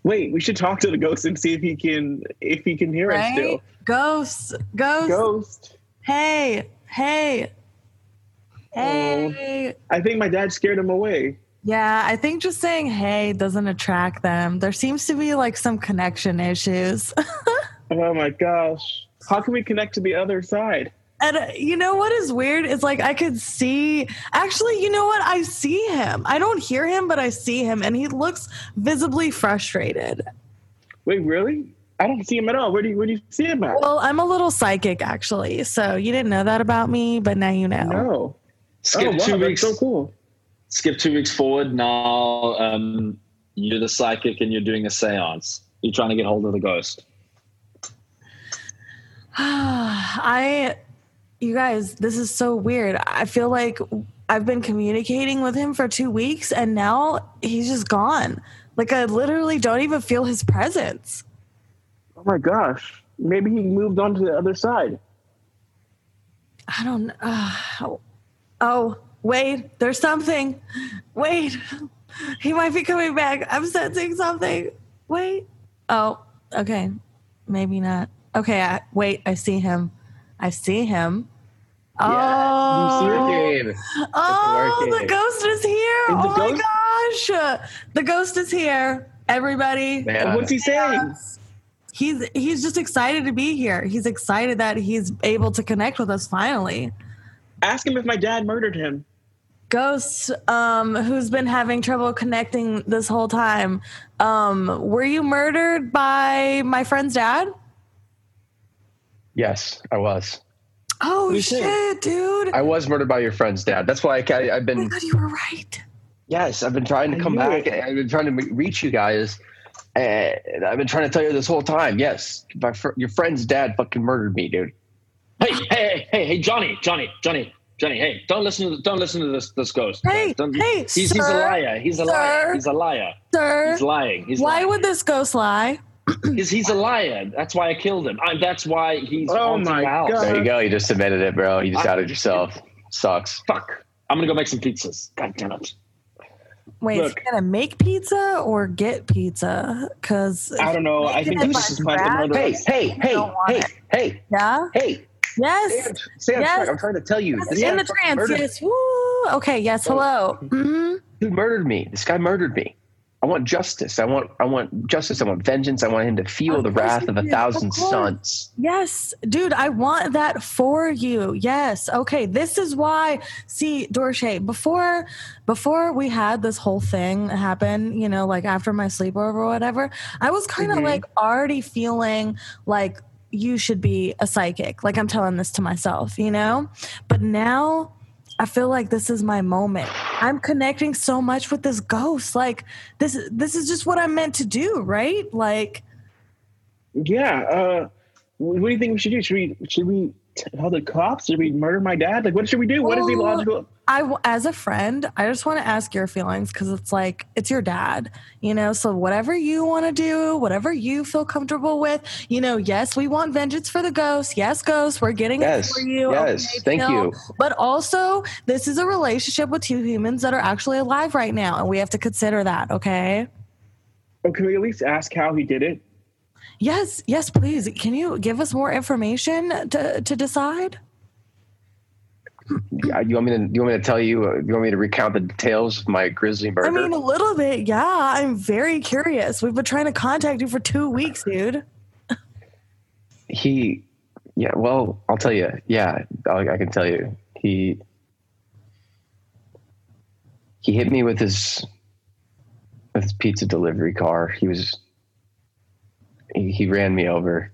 G: Wait, we should talk to the ghost and see if he can if he can hear us
A: Right?
G: still.
A: Ghosts. Ghosts.
G: Ghost.
A: Hey. Hey. Hey.
G: Oh. I think my dad scared him away.
A: Yeah, I think just saying hey doesn't attract them. There seems to be like some connection issues.
G: Oh my gosh. How can we connect to the other side?
A: And uh, you know what is weird? It's like I could see. Actually, you know what? I see him. I don't hear him, but I see him, and he looks visibly frustrated.
G: Wait, really? I don't see him at all. Where do you where do you see him at?
A: Well, I'm a little psychic, actually. So you didn't know that about me, but now you know.
G: No.
F: skip
G: oh, wow,
F: two
G: that's
F: weeks.
G: so cool.
F: Skip two weeks forward. Now um, you're the psychic and you're doing a séance. You're trying to get hold of the ghost.
A: I, you guys, this is so weird. I feel like I've been communicating with him for two weeks, and now he's just gone. Like I literally don't even feel his presence.
G: Oh my gosh. Maybe he moved on to the other side.
A: I don't. Uh, oh, wait, there's something. Wait, he might be coming back. I'm sensing something. Wait. Oh, okay. Maybe not. Okay, I, wait, I see him. I see him. Oh,
H: Dude,
A: oh,
H: working.
A: the ghost is here.
G: Is the
A: oh
G: ghost-
A: my gosh. The ghost is here. Everybody.
H: man,
G: What's he saying?
A: He's he's just excited to be here. He's excited that he's able to connect with us finally.
G: Ask him if my dad murdered him.
A: Ghost, um, who's been having trouble connecting this whole time. Um, were you murdered by my friend's dad?
H: Yes, I was.
A: Oh
G: Me too.
A: shit, dude.
H: I was murdered by your friend's dad. That's why I, ca- I've
A: oh my
H: been.
A: god, you were right.
H: Yes, I've been trying to
G: I
H: come
G: knew
H: back.
G: it.
H: I've been trying to m- reach you guys. And I've been trying to tell you this whole time. Yes, my fr- your friend's dad fucking murdered me, dude.
F: Hey, hey, hey, hey, hey, Johnny, Johnny, Johnny, Johnny. Hey, don't listen to don't listen to this this ghost.
A: Hey,
F: Don't-
A: hey,
F: he's, he's a
A: sir,
F: liar. He's a
A: sir.
F: liar. He's a liar.
A: Sir,
F: He's lying. He's
A: why
F: lying.
A: would this ghost lie?
F: Because he's a liar. That's why I killed him. I, that's why he's.
G: Oh
F: haunting
G: my
F: the house.
G: God.
H: There you go. You just admitted it, bro. You just
F: I-
H: outed yourself. Sucks.
F: Fuck. I'm gonna go make some pizzas. God damn it.
A: Wait, is
G: Look.
A: he gonna make pizza or get pizza? Cause
G: I don't know. I think
A: if
G: this is
A: I'm
G: like the
A: bad-
G: murder.
H: Hey, hey, hey,
A: don't want
H: hey,
A: it.
H: hey,
A: yeah.
H: hey.
A: Yes.
H: Sam, Sam,
A: Yes.
H: Chuck, I'm trying to tell you. This
A: in
H: guy
A: the
H: fucking
A: trance.
H: murdered-
A: Yes. Woo. Okay. Yes. Hello. hmm
H: He murdered me. This guy murdered me. I want justice. I want. I want justice. I want vengeance. I want him to feel
A: Of
H: the
A: course
H: wrath
A: you
H: of a
A: do. Of
H: thousand
A: course.
H: suns.
A: Yes, dude, I want that for you. Yes. Okay. This is why see, Dorche, before before we had this whole thing happen, you know, like after my sleepover or whatever, I was kind of like already feeling like you should be a psychic. Like I'm telling this to myself, you know? But now I feel like this is my moment. I'm connecting so much with this ghost. Like this this is just what I'm meant to do, right? Like
G: Yeah. Uh, wh- what do you think we should do? Should we should we tell the cops? Did we murder my dad? Like, what should we do? What is the
A: Well,
G: logical?
A: Oh, I, w- as a friend, I just want to ask your feelings because it's like it's your dad, you know. So whatever you want to do, whatever you feel comfortable with, you know. Yes, we want vengeance for the ghost. Yes, ghost, we're getting
H: Yes,
A: it for you.
H: yes, thank
A: chill.
H: you.
A: But also, this is a relationship with two humans that are actually alive right now, and we have to consider that. Okay.
G: Or can we at least ask how he did it?
A: Yes, yes, please. Can you give us more information to to decide?
H: Yeah, you want me to? You want me to tell you? uh, You want me to recount the details of my grisly murder?
A: I mean, a little bit, yeah. I'm very curious. We've been trying to contact you for two weeks, dude.
H: he, yeah. Well, I'll tell you. Yeah, I, I can tell you. He he hit me with his with his pizza delivery car. He was he, he ran me over,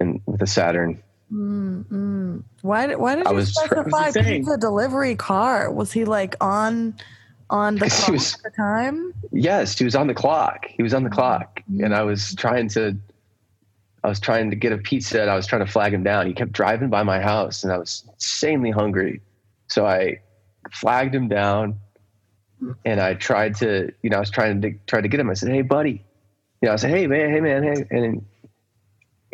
H: and with a Saturn.
A: Mm, mm. Why? did- Why did
H: I
A: you
H: was tr-
A: specify
H: What's he saying?
A: pizza delivery car? Was he like on on the
H: 'Cause he
A: clock
H: was-
A: at the time? Mm-hmm.
H: Yes, he was on the clock. He was on the clock, and I was trying to, I was trying to get a pizza, and I was trying to flag him down. He kept driving by my house, and I was insanely hungry, so I flagged him down, and I tried to, you know, I was trying to try to get him. I said, "Hey, buddy," you know, I said, "Hey, man, hey, man, hey," and then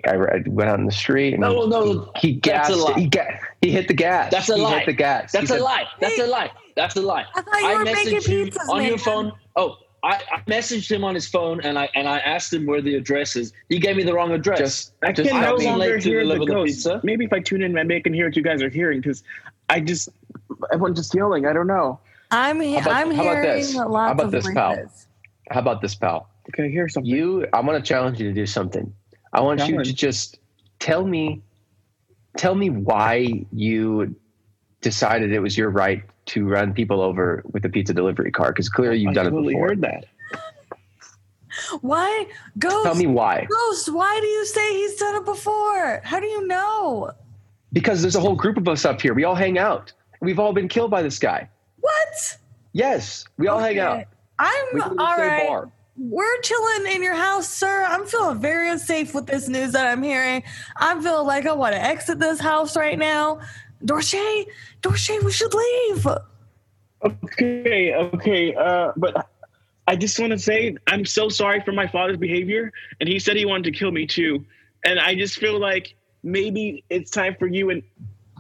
H: I, I went out in the street, and
F: No, no,
H: he
F: that's
H: gassed,
F: a lie.
H: he ga- he hit the gas,
F: That's a
H: he
F: lie.
H: hit the gas, He
F: That's a
H: said-
F: lie. That's a lie. That's a lie.
A: I thought you were
F: messaged
A: making
F: you
A: pizzas,
F: on
A: man.
F: your phone. Oh, I, I messaged him on his phone and I and I asked him where the address is. He gave me the wrong address.
H: Just-
G: I can no
F: was
G: longer
F: late to
G: hear the
F: deliver
G: ghost.
F: pizza.
G: Maybe if I tune in, maybe I can hear what you guys are hearing because I just everyone's just yelling. I don't know.
A: I'm he-
H: How about-
A: I'm
H: how about
A: hearing
H: this?
A: lots
H: How about
A: of
H: this, pal?
A: voices.
H: How about this, pal?
G: Can I hear something?
H: You, I want to challenge you to do something. I want you to
G: Challenge.
H: just tell me, tell me why you decided it was your right to run people over with a pizza delivery car. Because clearly you've
G: I
H: done
G: totally
H: it before.
G: heard that.
A: Why ghost?
H: Tell me why.
A: Ghost, why do you say he's done it before? How do you know?
H: Because there's a whole group of us up here. We all hang out. We've all been killed by this guy.
A: What?
H: Yes, we all hang out. We
A: I'm
H: go to the
A: all
H: same
A: right.
H: bar.
A: We're chilling in your house, sir. I'm feeling very unsafe with this news that I'm hearing. I feel like I want to exit this house right now. Dorche, Dorche, we should leave.
G: Okay, okay, uh, but I just want to say I'm so sorry for my father's behavior, and he said he wanted to kill me too, and I just feel like maybe it's time for you and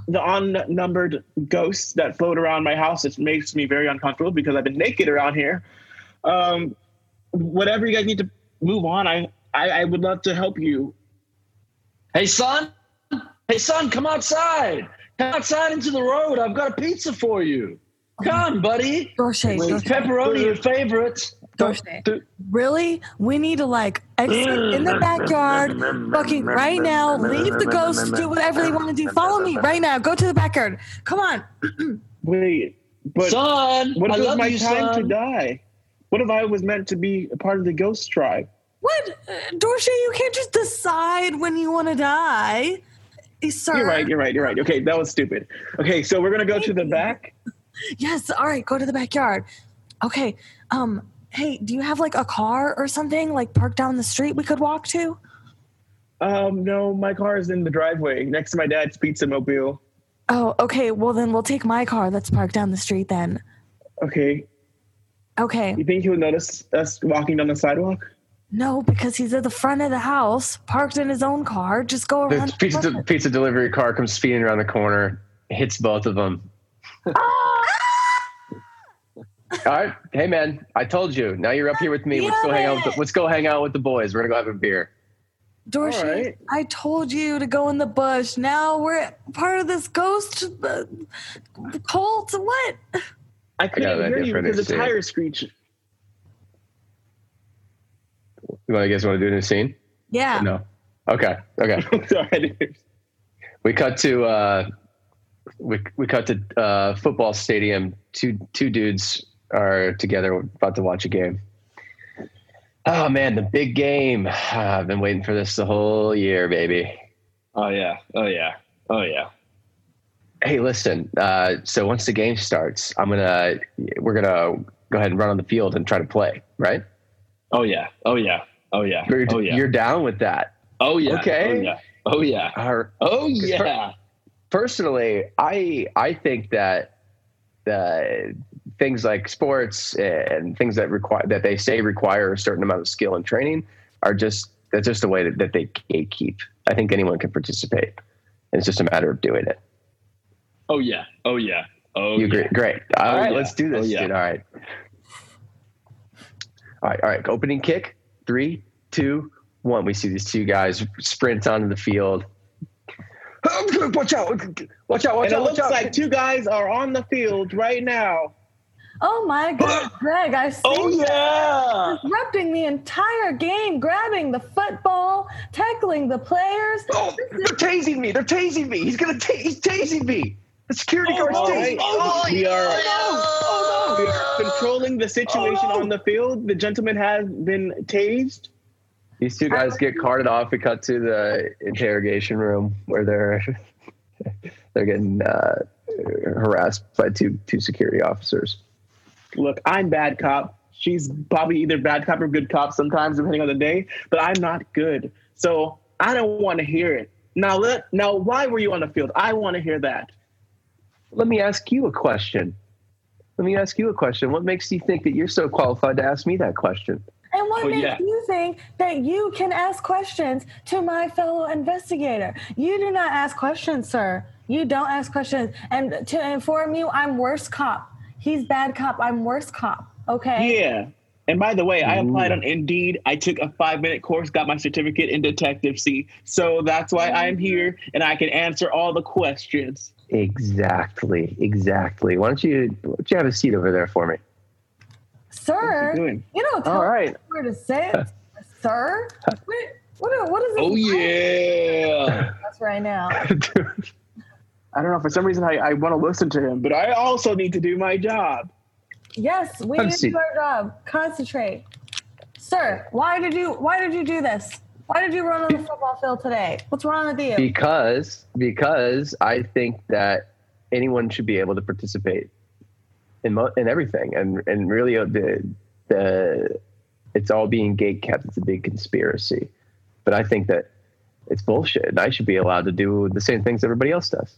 G: the unnumbered ghosts that float around my house. It makes me very uncomfortable because I've been naked around here. Um, whatever you guys need to move on, I I, I would love to help you.
F: Hey son, hey son, come outside. Come outside into the road. I've got a pizza for you. Come, buddy.
A: Dorche,
F: With
A: Dorche,
F: pepperoni, your favorite.
A: Dorche. Really? We need to like exit in the backyard fucking right now. Leave the ghosts, do whatever they want to do. Follow me right now. Go to the backyard. Come on.
G: Wait, but
F: son,
G: what
F: I
G: if it was
F: love
G: my
F: you,
G: time
F: son.
G: to die? What if I was meant to be a part of the ghost tribe?
A: What? Uh, Dorche, you can't just decide when you want to die. Eh, Sir.
G: You're right. You're right. You're right. Okay, that was stupid. Okay, so we're gonna go to the back.
A: Yes. All right. Go to the backyard. Okay. Um. Hey, do you have like a car or something like parked down the street we could walk to?
G: Um, no, my car is in the driveway next to my dad's pizza mobile.
A: Oh, okay. Well, then we'll take my car that's parked down the street then.
G: Okay,
A: Okay.
G: you think he'll notice us walking down the sidewalk?
A: No, because he's at the front of the house, parked in his own car. Just go around.
H: The pizza, de- pizza delivery car comes speeding around the corner, hits both of them. All right, hey man, I told you. Now you're up here with me. Let's go hang out. With the, let's go hang out with the boys. We're gonna go have a beer.
A: Dorothy,
G: All right.
A: I told you to go in the bush. Now we're part of this ghost uh, cult. What?
G: I
H: I got
G: couldn't
H: an
G: hear
H: idea
G: you
H: for a new
G: because the
H: scene.
G: tires screech.
H: You wanna- you guys want to do a new scene?
A: Yeah.
H: No. Okay. Okay.
G: Sorry.
H: We cut to uh, we we cut to uh, football stadium. Two two dudes are together about to watch a game. Oh man, the big game! Ah, I've been waiting for this the whole year, baby.
F: Oh yeah. Oh yeah. Oh yeah.
H: hey listen uh, so once the game starts i'm gonna we're gonna go ahead and run on the field and try to play right
F: Oh yeah. Oh yeah. Oh yeah.
H: you're,
F: Oh yeah.
H: you're down with that
F: Oh yeah.
H: Okay.
F: Oh yeah. Oh yeah.
H: Our-
F: Oh yeah.
H: personally, I I think that uh, things like sports and things that require that they say require a certain amount of skill and training are just that's just the way that, that they gatekeep. I think anyone can participate. It's just a matter of doing it.
F: Oh yeah. Oh yeah. Oh yeah.
H: you agree? Great. All
F: Oh,
H: right,
F: yeah.
H: let's do this,
F: Oh, yeah.
H: dude. All right. All right. All right. Opening kick. Three, two, one. We see these two guys sprint onto the field. Watch out! Watch out! Watch out!
G: and it
H: Watch
G: looks
H: out!
G: like two guys are on the field right now.
A: Oh my God, Greg! I see
G: Oh,
A: you.
G: yeah.
A: disrupting the entire game, grabbing the football, tackling the players.
H: Oh, they're tasing me. They're tasing me. He's gonna ta- he's tasing me. The security guard's
G: Oh, All
H: tasing
G: right.
H: me.
G: we are,
H: Oh,
G: we are controlling the situation on the field. The gentleman has been tased.
H: These two guys get carted off. We cut to the interrogation room where they're they're getting uh, harassed by two two security officers.
G: Look, I'm bad cop. She's probably either bad cop or good cop sometimes, depending on the day. But I'm not good, so I don't want to hear it. Now, let now, why were you on the field? I want to hear that.
H: Let me ask you a question. Let me ask you a question. What makes you think that you're so qualified to ask me that question?
A: And what
G: Oh,
H: Well,
A: makes
H: yeah.
A: you think that you can ask questions to my fellow investigator? You do not ask questions, sir. You don't ask questions. And to inform you, I'm worse cop. He's bad cop. I'm worse cop. Okay.
G: Yeah. And by the way, I applied on Indeed. I took a five minute course, got my certificate in detective C. So that's why I'm here and I can answer all the questions.
H: Exactly. Exactly. Why don't you why don't you have a seat over there for me?
A: Sir,
H: What is he doing?
A: you don't tell
H: All
A: me
H: right.
A: where to sit, sir. What, what, what is this?
G: Oh, yeah.
A: That's right now.
G: I don't know. For some reason, I, I want to listen to him, but I also need to do my job.
A: Yes, we
G: Have a
A: need to
G: seat.
A: do our job. uh, Concentrate, sir. Why did you Why did you do this? Why did you run on the football field today? What's wrong with you?
H: Because because I think that anyone should be able to participate in mo- in everything, and and really uh, the the it's all being gate kept. It's a big conspiracy, but I think that it's bullshit, and I should be allowed to do the same things everybody else does.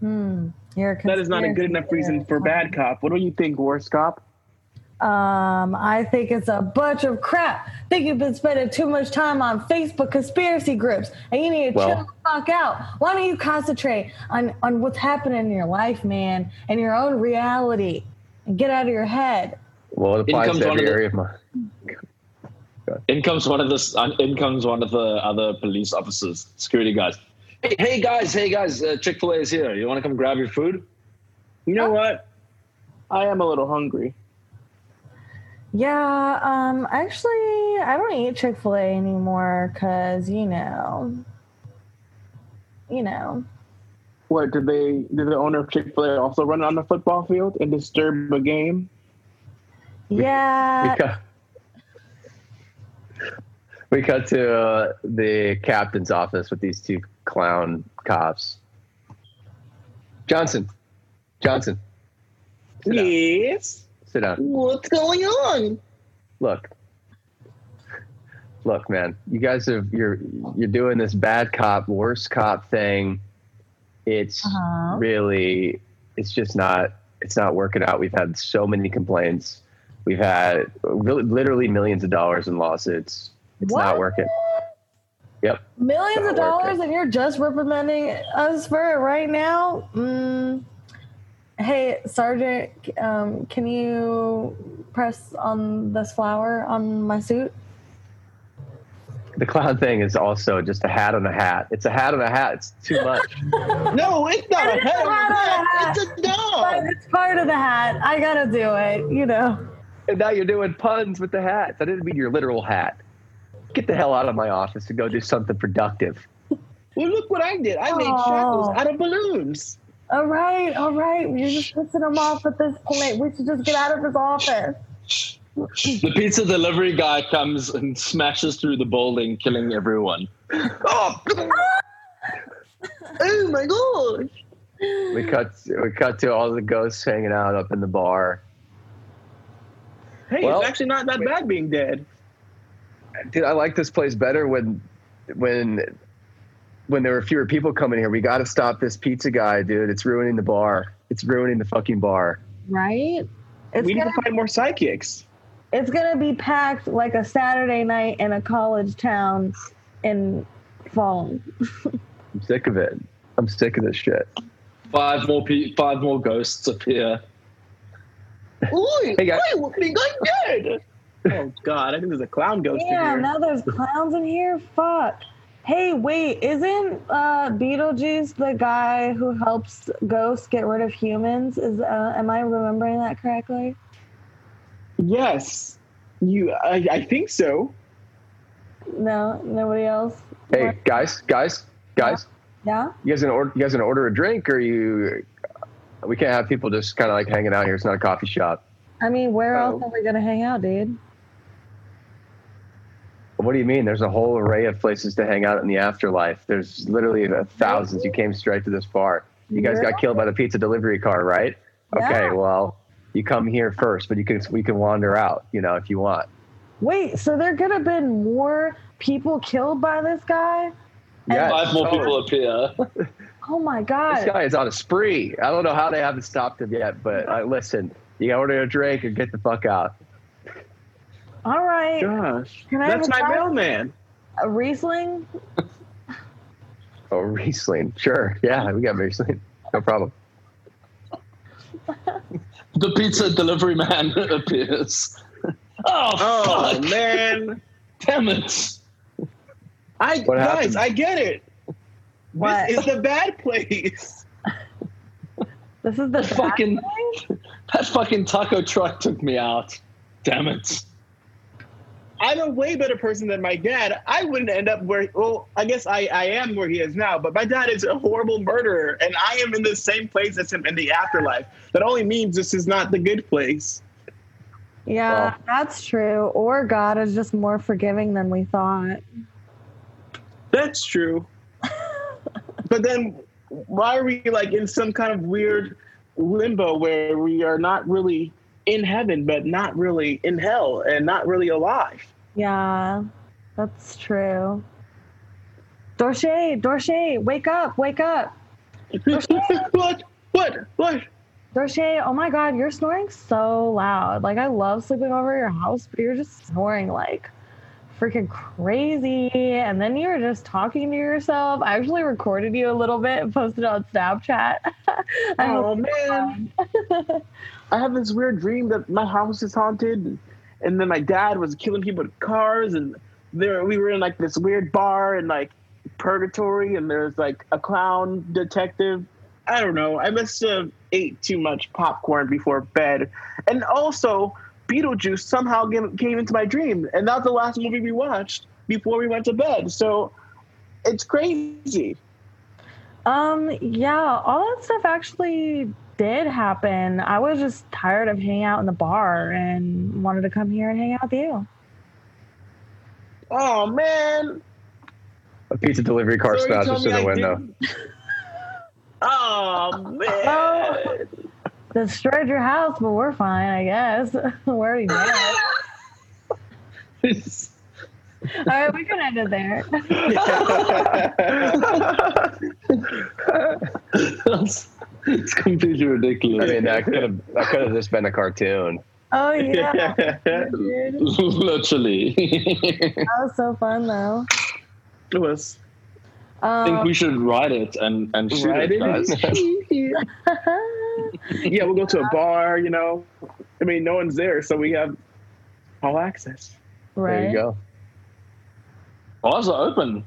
A: Hmm. You're a
G: That is not a
A: conspiracy
G: good enough reason for bad cop. What do you think, worst cop?
A: Um, I think it's a bunch of crap. Think you've been spending too much time on Facebook conspiracy groups, and you need to
N: Well-
A: chill the fuck out. Why don't you concentrate on on what's happening in your life, man, and your own reality, and get out of your head?
H: Well, it applies
F: comes
H: to
F: one of
H: every
F: the-
H: area of my.
F: In comes one of the uh, in comes one of the other police officers, security guys. Hey, hey guys, hey guys, uh, Chick Fil A is here. You want to come grab your food?
G: You know what? I am a little hungry.
A: Yeah, um, actually, I don't eat Chick fil A anymore because, you know, you know.
G: What did they? Did the owner of Chick Fil A also run on the football field and disturb a game?
A: Yeah.
H: we cut, we cut to uh, the captain's office with these two clown cops. Johnson, Johnson,
G: Yes.
H: sit down.
G: What's going on?
H: Look, look, man. You guys have you're you're doing this bad cop, worst cop thing. It's really, it's just not, it's not working out. We've had so many complaints. We've had really, literally millions of dollars in lawsuits. It's not working. Yep.
A: Millions
H: Not
A: of
H: working.
A: dollars, and you're just reprimanding us for it right now? Mm. Hey, Sergeant, um, can you press on this flower on my suit?
H: The clown thing is also just a hat on a hat. It's a hat on a hat. It's too much.
G: No, it's not a
A: It's
G: hat.
A: a hat on a hat.
G: It's a dog.
A: But it's part of the hat. I gotta do it, you know.
H: and now you're doing puns with the hats. I didn't mean your literal hat. Get the hell out of my office and go do something productive.
G: Well, look what I did. I made
A: Aw.
G: shackles out of balloons.
A: All right, all right. You're just pissing him off at this point. We should just get out of his office.
F: The pizza delivery guy comes and smashes through the building, killing everyone.
G: Oh, oh my god!
H: We cut. We cut to all the ghosts hanging out up in the bar.
G: Hey,
H: Well-
G: it's actually not that bad being dead.
H: Dude, I like this place better when when when there were fewer people coming here, we got to stop this pizza guy, dude. It's ruining the bar. It's ruining the fucking bar.
A: Right? It's
G: we need
A: gonna-
G: to find more psychics.
A: It's going to be packed like a Saturday night in a college town in fall.
H: I'm sick of it. I'm sick of this shit.
F: Five more pe- five more ghosts appear.
G: Ooh,
H: Hey, guys.
G: ooh, we got dead. Oh God, I think there's a clown ghost
A: Yeah,
G: in here.
A: now there's clowns in here. Fuck. Hey, wait, isn't uh, Beetlejuice the guy who helps ghosts get rid of humans? Is uh, am I remembering that correctly?
G: Yes, you. I, I think so.
A: No, nobody else.
H: Hey, guys, guys, guys.
A: Yeah.
H: You guys gonna order? You guys gonna order a drink, or you? We can't have people just kind of like hanging out here. It's not a coffee shop.
A: I mean, where
H: Oh.
A: else are we gonna hang out, dude?
H: What do you mean? There's a whole array of places to hang out in the afterlife. There's literally thousands. You came straight to this bar. You guys got killed by the pizza delivery car, right? Okay,
A: Yeah.
H: well, you come here first, but you can we can wander out, you know, if you want.
A: Wait, so there could have been more people killed by this guy?
H: Yeah,
F: Five more
H: totally.
F: people appear.
A: Oh my god.
H: This guy is on a spree. I don't know how they haven't stopped him yet, but uh, listen, you gotta order a drink and get the fuck out.
A: All right.
G: Gosh,
A: Can I have
G: that's
A: a
G: my
A: glass?
G: mailman.
A: A Riesling?
H: Oh, Riesling. Sure. Yeah, we got Riesling. No problem.
F: The pizza delivery man appears. Oh,
G: Oh
F: fuck.
G: man,
F: Damn it.
G: I
H: What
G: guys,
H: happened?
G: I get it.
A: What?
G: This is the bad place.
A: This is the bad
F: Fucking-
A: thing?
F: That fucking taco truck took me out. Damn it.
G: I'm a way better person than my dad. I wouldn't end up where. Well, I guess I, I am where he is now. But my dad is a horrible murderer, and I am in the same place as him in the afterlife. That only means this is not the good place.
A: Yeah,
H: Well.
A: that's true. Or God is just more forgiving than we thought.
G: That's true. but then why are we like in some kind of weird limbo where we are not really in heaven but not really in hell and not really alive?
A: Yeah, that's true. Dorche, Dorche, wake up, wake up.
G: what? What? What?
A: Dorche, oh my God, you're snoring so loud. Like, I love sleeping over at your house, but you're just snoring like freaking crazy. And then you were just talking to yourself. I actually recorded you a little bit and posted it on Snapchat. I'm
G: Oh man. I have this weird dream that my house is haunted and then my dad was killing people with cars and there we were in like this weird bar and like purgatory and there's like a clown detective. I don't know. I must have ate too much popcorn before bed. And also Beetlejuice somehow came, came into my dream and that's the last movie we watched before we went to bed. So it's crazy.
A: Um, yeah, all that stuff actually did happen. I was just tired of hanging out in the bar and wanted to come here and hang out with you.
G: Oh man.
H: A pizza delivery car
G: So you
H: spouts
G: tell
H: just in
G: me
H: the
G: I
H: window.
G: didn't- Oh man.
A: Oh. Destroyed your house, but we're fine, I guess. we're already dead. All right, we can end it there.
F: That's, it's completely
H: I
F: ridiculous.
H: mean, that could have that could have just been a cartoon.
A: Oh yeah, dude.
F: Literally.
A: that was so fun though.
G: It was.
F: I think
A: Um,
F: we should write it and, and shoot
G: Write
F: it,
G: it
F: guys.
G: Yeah, we'll go to a bar, you know. I mean, no one's there, so we have all access.
A: right.
H: There you go.
F: Bars are open.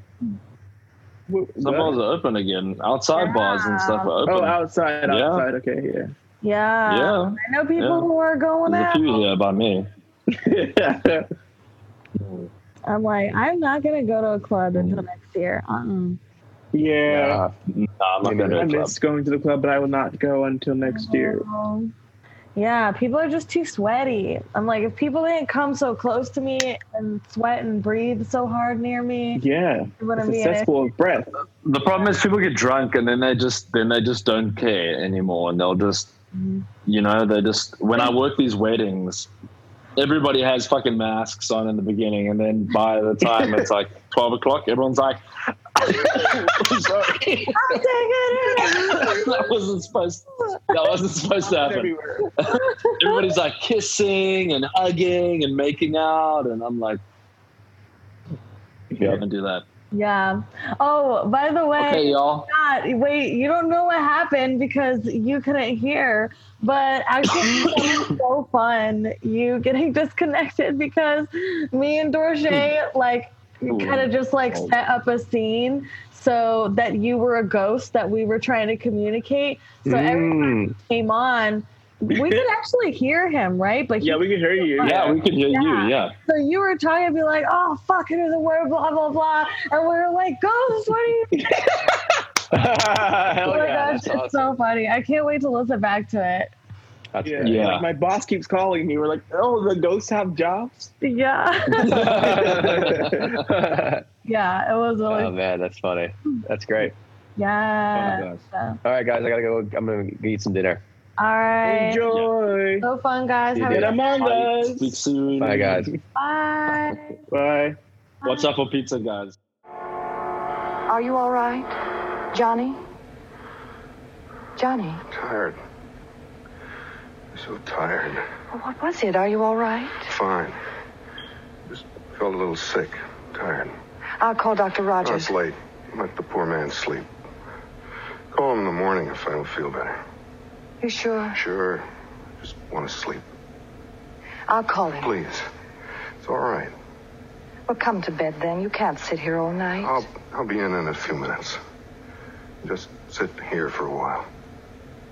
G: What-
F: Some bars are open again. Outside bars and stuff are open.
G: Oh, outside,
F: Yeah.
G: outside. Okay, yeah.
A: Yeah.
F: Yeah.
A: I know people
F: Yeah.
A: who are going
F: There's a
A: out.
F: few here by me.
A: I'm like, I'm not gonna go to a club until next year. Uh-uh.
G: yeah.
H: Uh,
F: Nah, I'm not going
H: You know,
F: to
G: I
F: a club.
G: miss going to the club, but I will not go until next year.
A: Um, Yeah, people are just too sweaty. I'm like, if people didn't come so close to me and sweat and breathe so hard near me,
G: Yeah.
A: it wouldn't
G: It's
A: be
G: a
A: an issue.
G: cesspool of breath.
F: The problem is people get drunk and then they just then they just don't care anymore and they'll just you know they just when I work these weddings, everybody has fucking masks on in the beginning and then by the time it's like twelve o'clock, everyone's like sorry.
O: I'm taking it.
F: that wasn't supposed. That wasn't supposed to happen. Everybody's like kissing and hugging and making out, and I'm like, yeah, I'm gonna do that.
O: Yeah. Oh, by the way,
F: Okay, y'all.
O: God, wait, you don't know what happened because you couldn't hear, but actually, it was so fun you getting disconnected because me and Dorje, like, kind of just like set up a scene so that you were a ghost that we were trying to communicate. So everyone
G: Mm.
O: came on. We could actually hear him, right? But
G: Yeah, we can hear you.
F: Yeah, we can hear you. Yeah.
O: so you were trying to be like, oh fuck, it is a word, blah blah blah, and we were like, ghost, what are you? oh my gosh, it's so funny. I can't wait to listen back to it.
G: Yeah.
F: great. Yeah.
G: Like my boss keeps calling me. We're like, oh, the ghosts have jobs.
O: Yeah, yeah, it was really,
H: oh man, that's funny. That's great.
F: Uh,
O: yeah. So,
H: All right, guys, I gotta go. I'm gonna go eat some dinner.
O: all right,
G: Enjoy.
O: so fun, guys.
H: You
O: Have
H: did
O: a
H: it.
G: Among us.
F: Speak soon.
H: Bye, guys.
O: bye.
G: Bye.
F: Watch out for pizza, guys.
P: Are you all right? Johnny? Johnny?
C: Tired. So tired.
P: What was it? Are you all right?
C: Fine. Just felt a little sick. Tired.
P: I'll call Dr.
C: Oh,
P: Rogers.
C: it's late. Let the poor man sleep. Call him in the morning if I don't feel better.
P: You sure?
C: Sure. Just want to sleep.
P: I'll call him.
C: Please. It's all right.
P: Well, come to bed then. You can't sit here all night.
F: Oh.
C: I'll I'll be in in a few minutes. Just sit here for a while.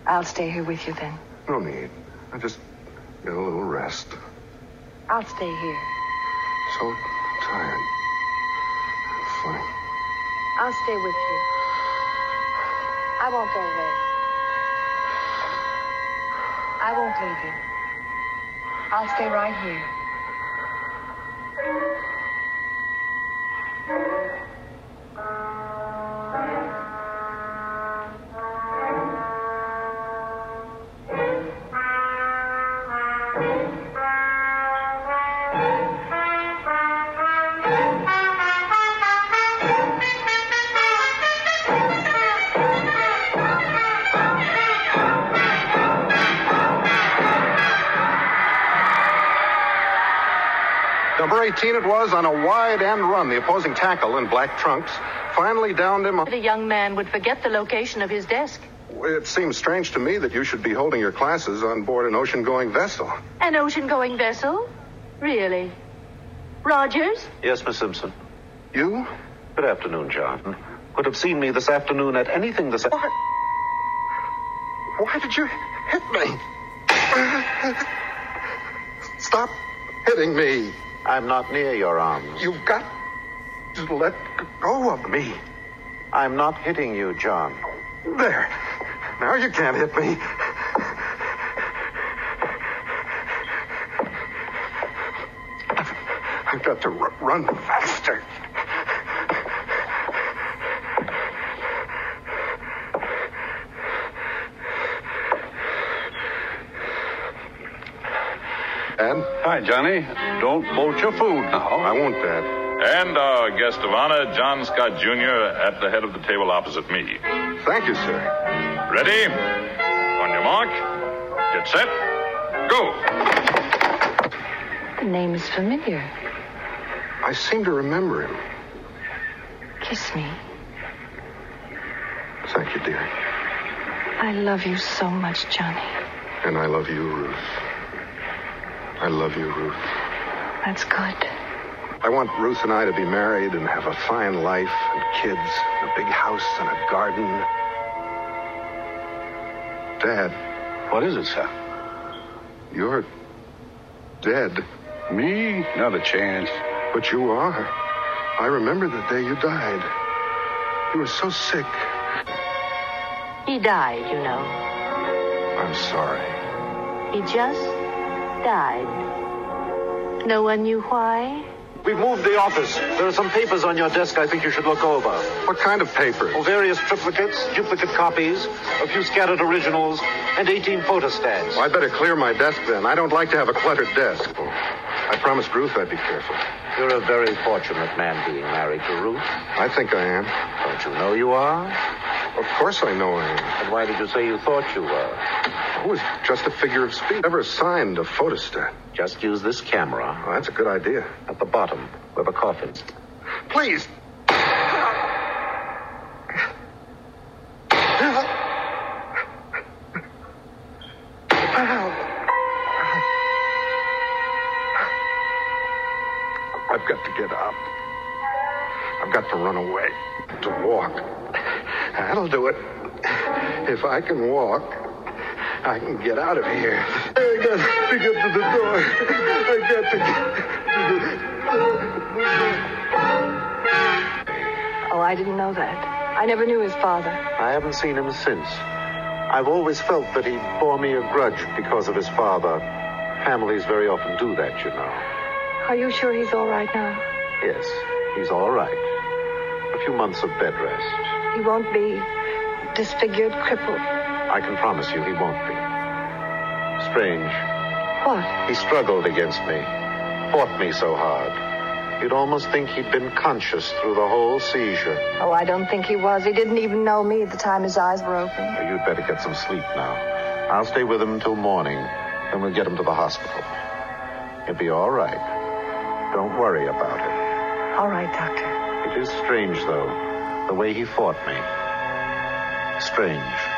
P: I'll stay here with you then.
C: No need. I just get a little rest.
P: I'll stay here.
C: So tired. Funny.
P: I'll stay with you. I won't go away. I won't leave you. I'll stay right here.
C: Number 18 it was on a wide end run. The opposing tackle in black trunks finally downed him.
Q: The young man would forget the location of his desk.
C: It seems strange to me that you should be holding your classes on board an ocean going vessel.
Q: An ocean going vessel? Really? Rogers?
R: Yes, Miss Simpson.
C: You?
R: Good afternoon, John. Would have seen me this afternoon at anything this. What?
C: Why did you hit me? Stop hitting me.
R: I'm not near your arms.
C: You've got to let go of me.
R: I'm not hitting you, John.
C: There. Now you can't hit me. I've got to r- run faster. And?
B: Hi, Johnny. Don't bolt your food now. I
C: want that.
B: And our guest of honor, John Scott Jr., at the head of the table opposite me.
C: Thank you, sir.
B: Ready? On your mark. Get set. Go.
P: The name is familiar.
C: I seem to remember him.
P: Kiss me.
C: Thank you, dear.
P: I love you so much, Johnny.
C: And I love you, Ruth. I love you, Ruth.
P: That's good.
C: I want Ruth and I to be married and have a fine life and kids, and a big house and a garden. Dad.
R: What is it, sir?
C: You're dead.
S: Me? Not a chance.
C: But you are. I remember the day you died. You were so sick.
Q: He died, you know.
C: I'm sorry.
Q: He just died. No one knew why.
R: We've moved the office. There are some papers on your desk I think you should look over.
C: What kind of papers?
R: Oh, various triplicates, duplicate copies, a few scattered originals, and 18 photostats.
C: Well, I better clear my desk then. I don't like to have a cluttered desk. I promised Ruth I'd be careful. You're a very fortunate man being married to Ruth.
E: I think I am.
C: Don't you know you are?
E: Of course I know I am.
C: And why did you say you thought you were?
E: It was just a figure of speech. Never signed a photostat.
C: Just use this camera.
E: Oh, that's a good idea.
C: At the bottom, where the coffin's.
E: Please. I've got to get up. I've got to run away. To walk. That'll do it. If I can walk, I can get out of here. I got to get to the door. I got to get to the door.
T: Oh, I didn't know that. I never knew his father.
C: I haven't seen him since. I've always felt that he bore me a grudge because of his father. Families very often do that, you know.
T: Are you sure he's all right now?
C: Yes, he's all right. A few months of bed rest.
T: He won't be disfigured, crippled.
C: I can promise you he won't be. Strange.
T: What?
C: He struggled against me, fought me so hard. You'd almost think he'd been conscious through the whole seizure.
T: Oh, I don't think he was. He didn't even know me at the time his eyes were open.
C: You'd better get some sleep now. I'll stay with him till morning, then we'll get him to the hospital. He'll be all right. Don't worry about it.
T: All right, Doctor.
C: It is strange, though, the way he fought me. Strange.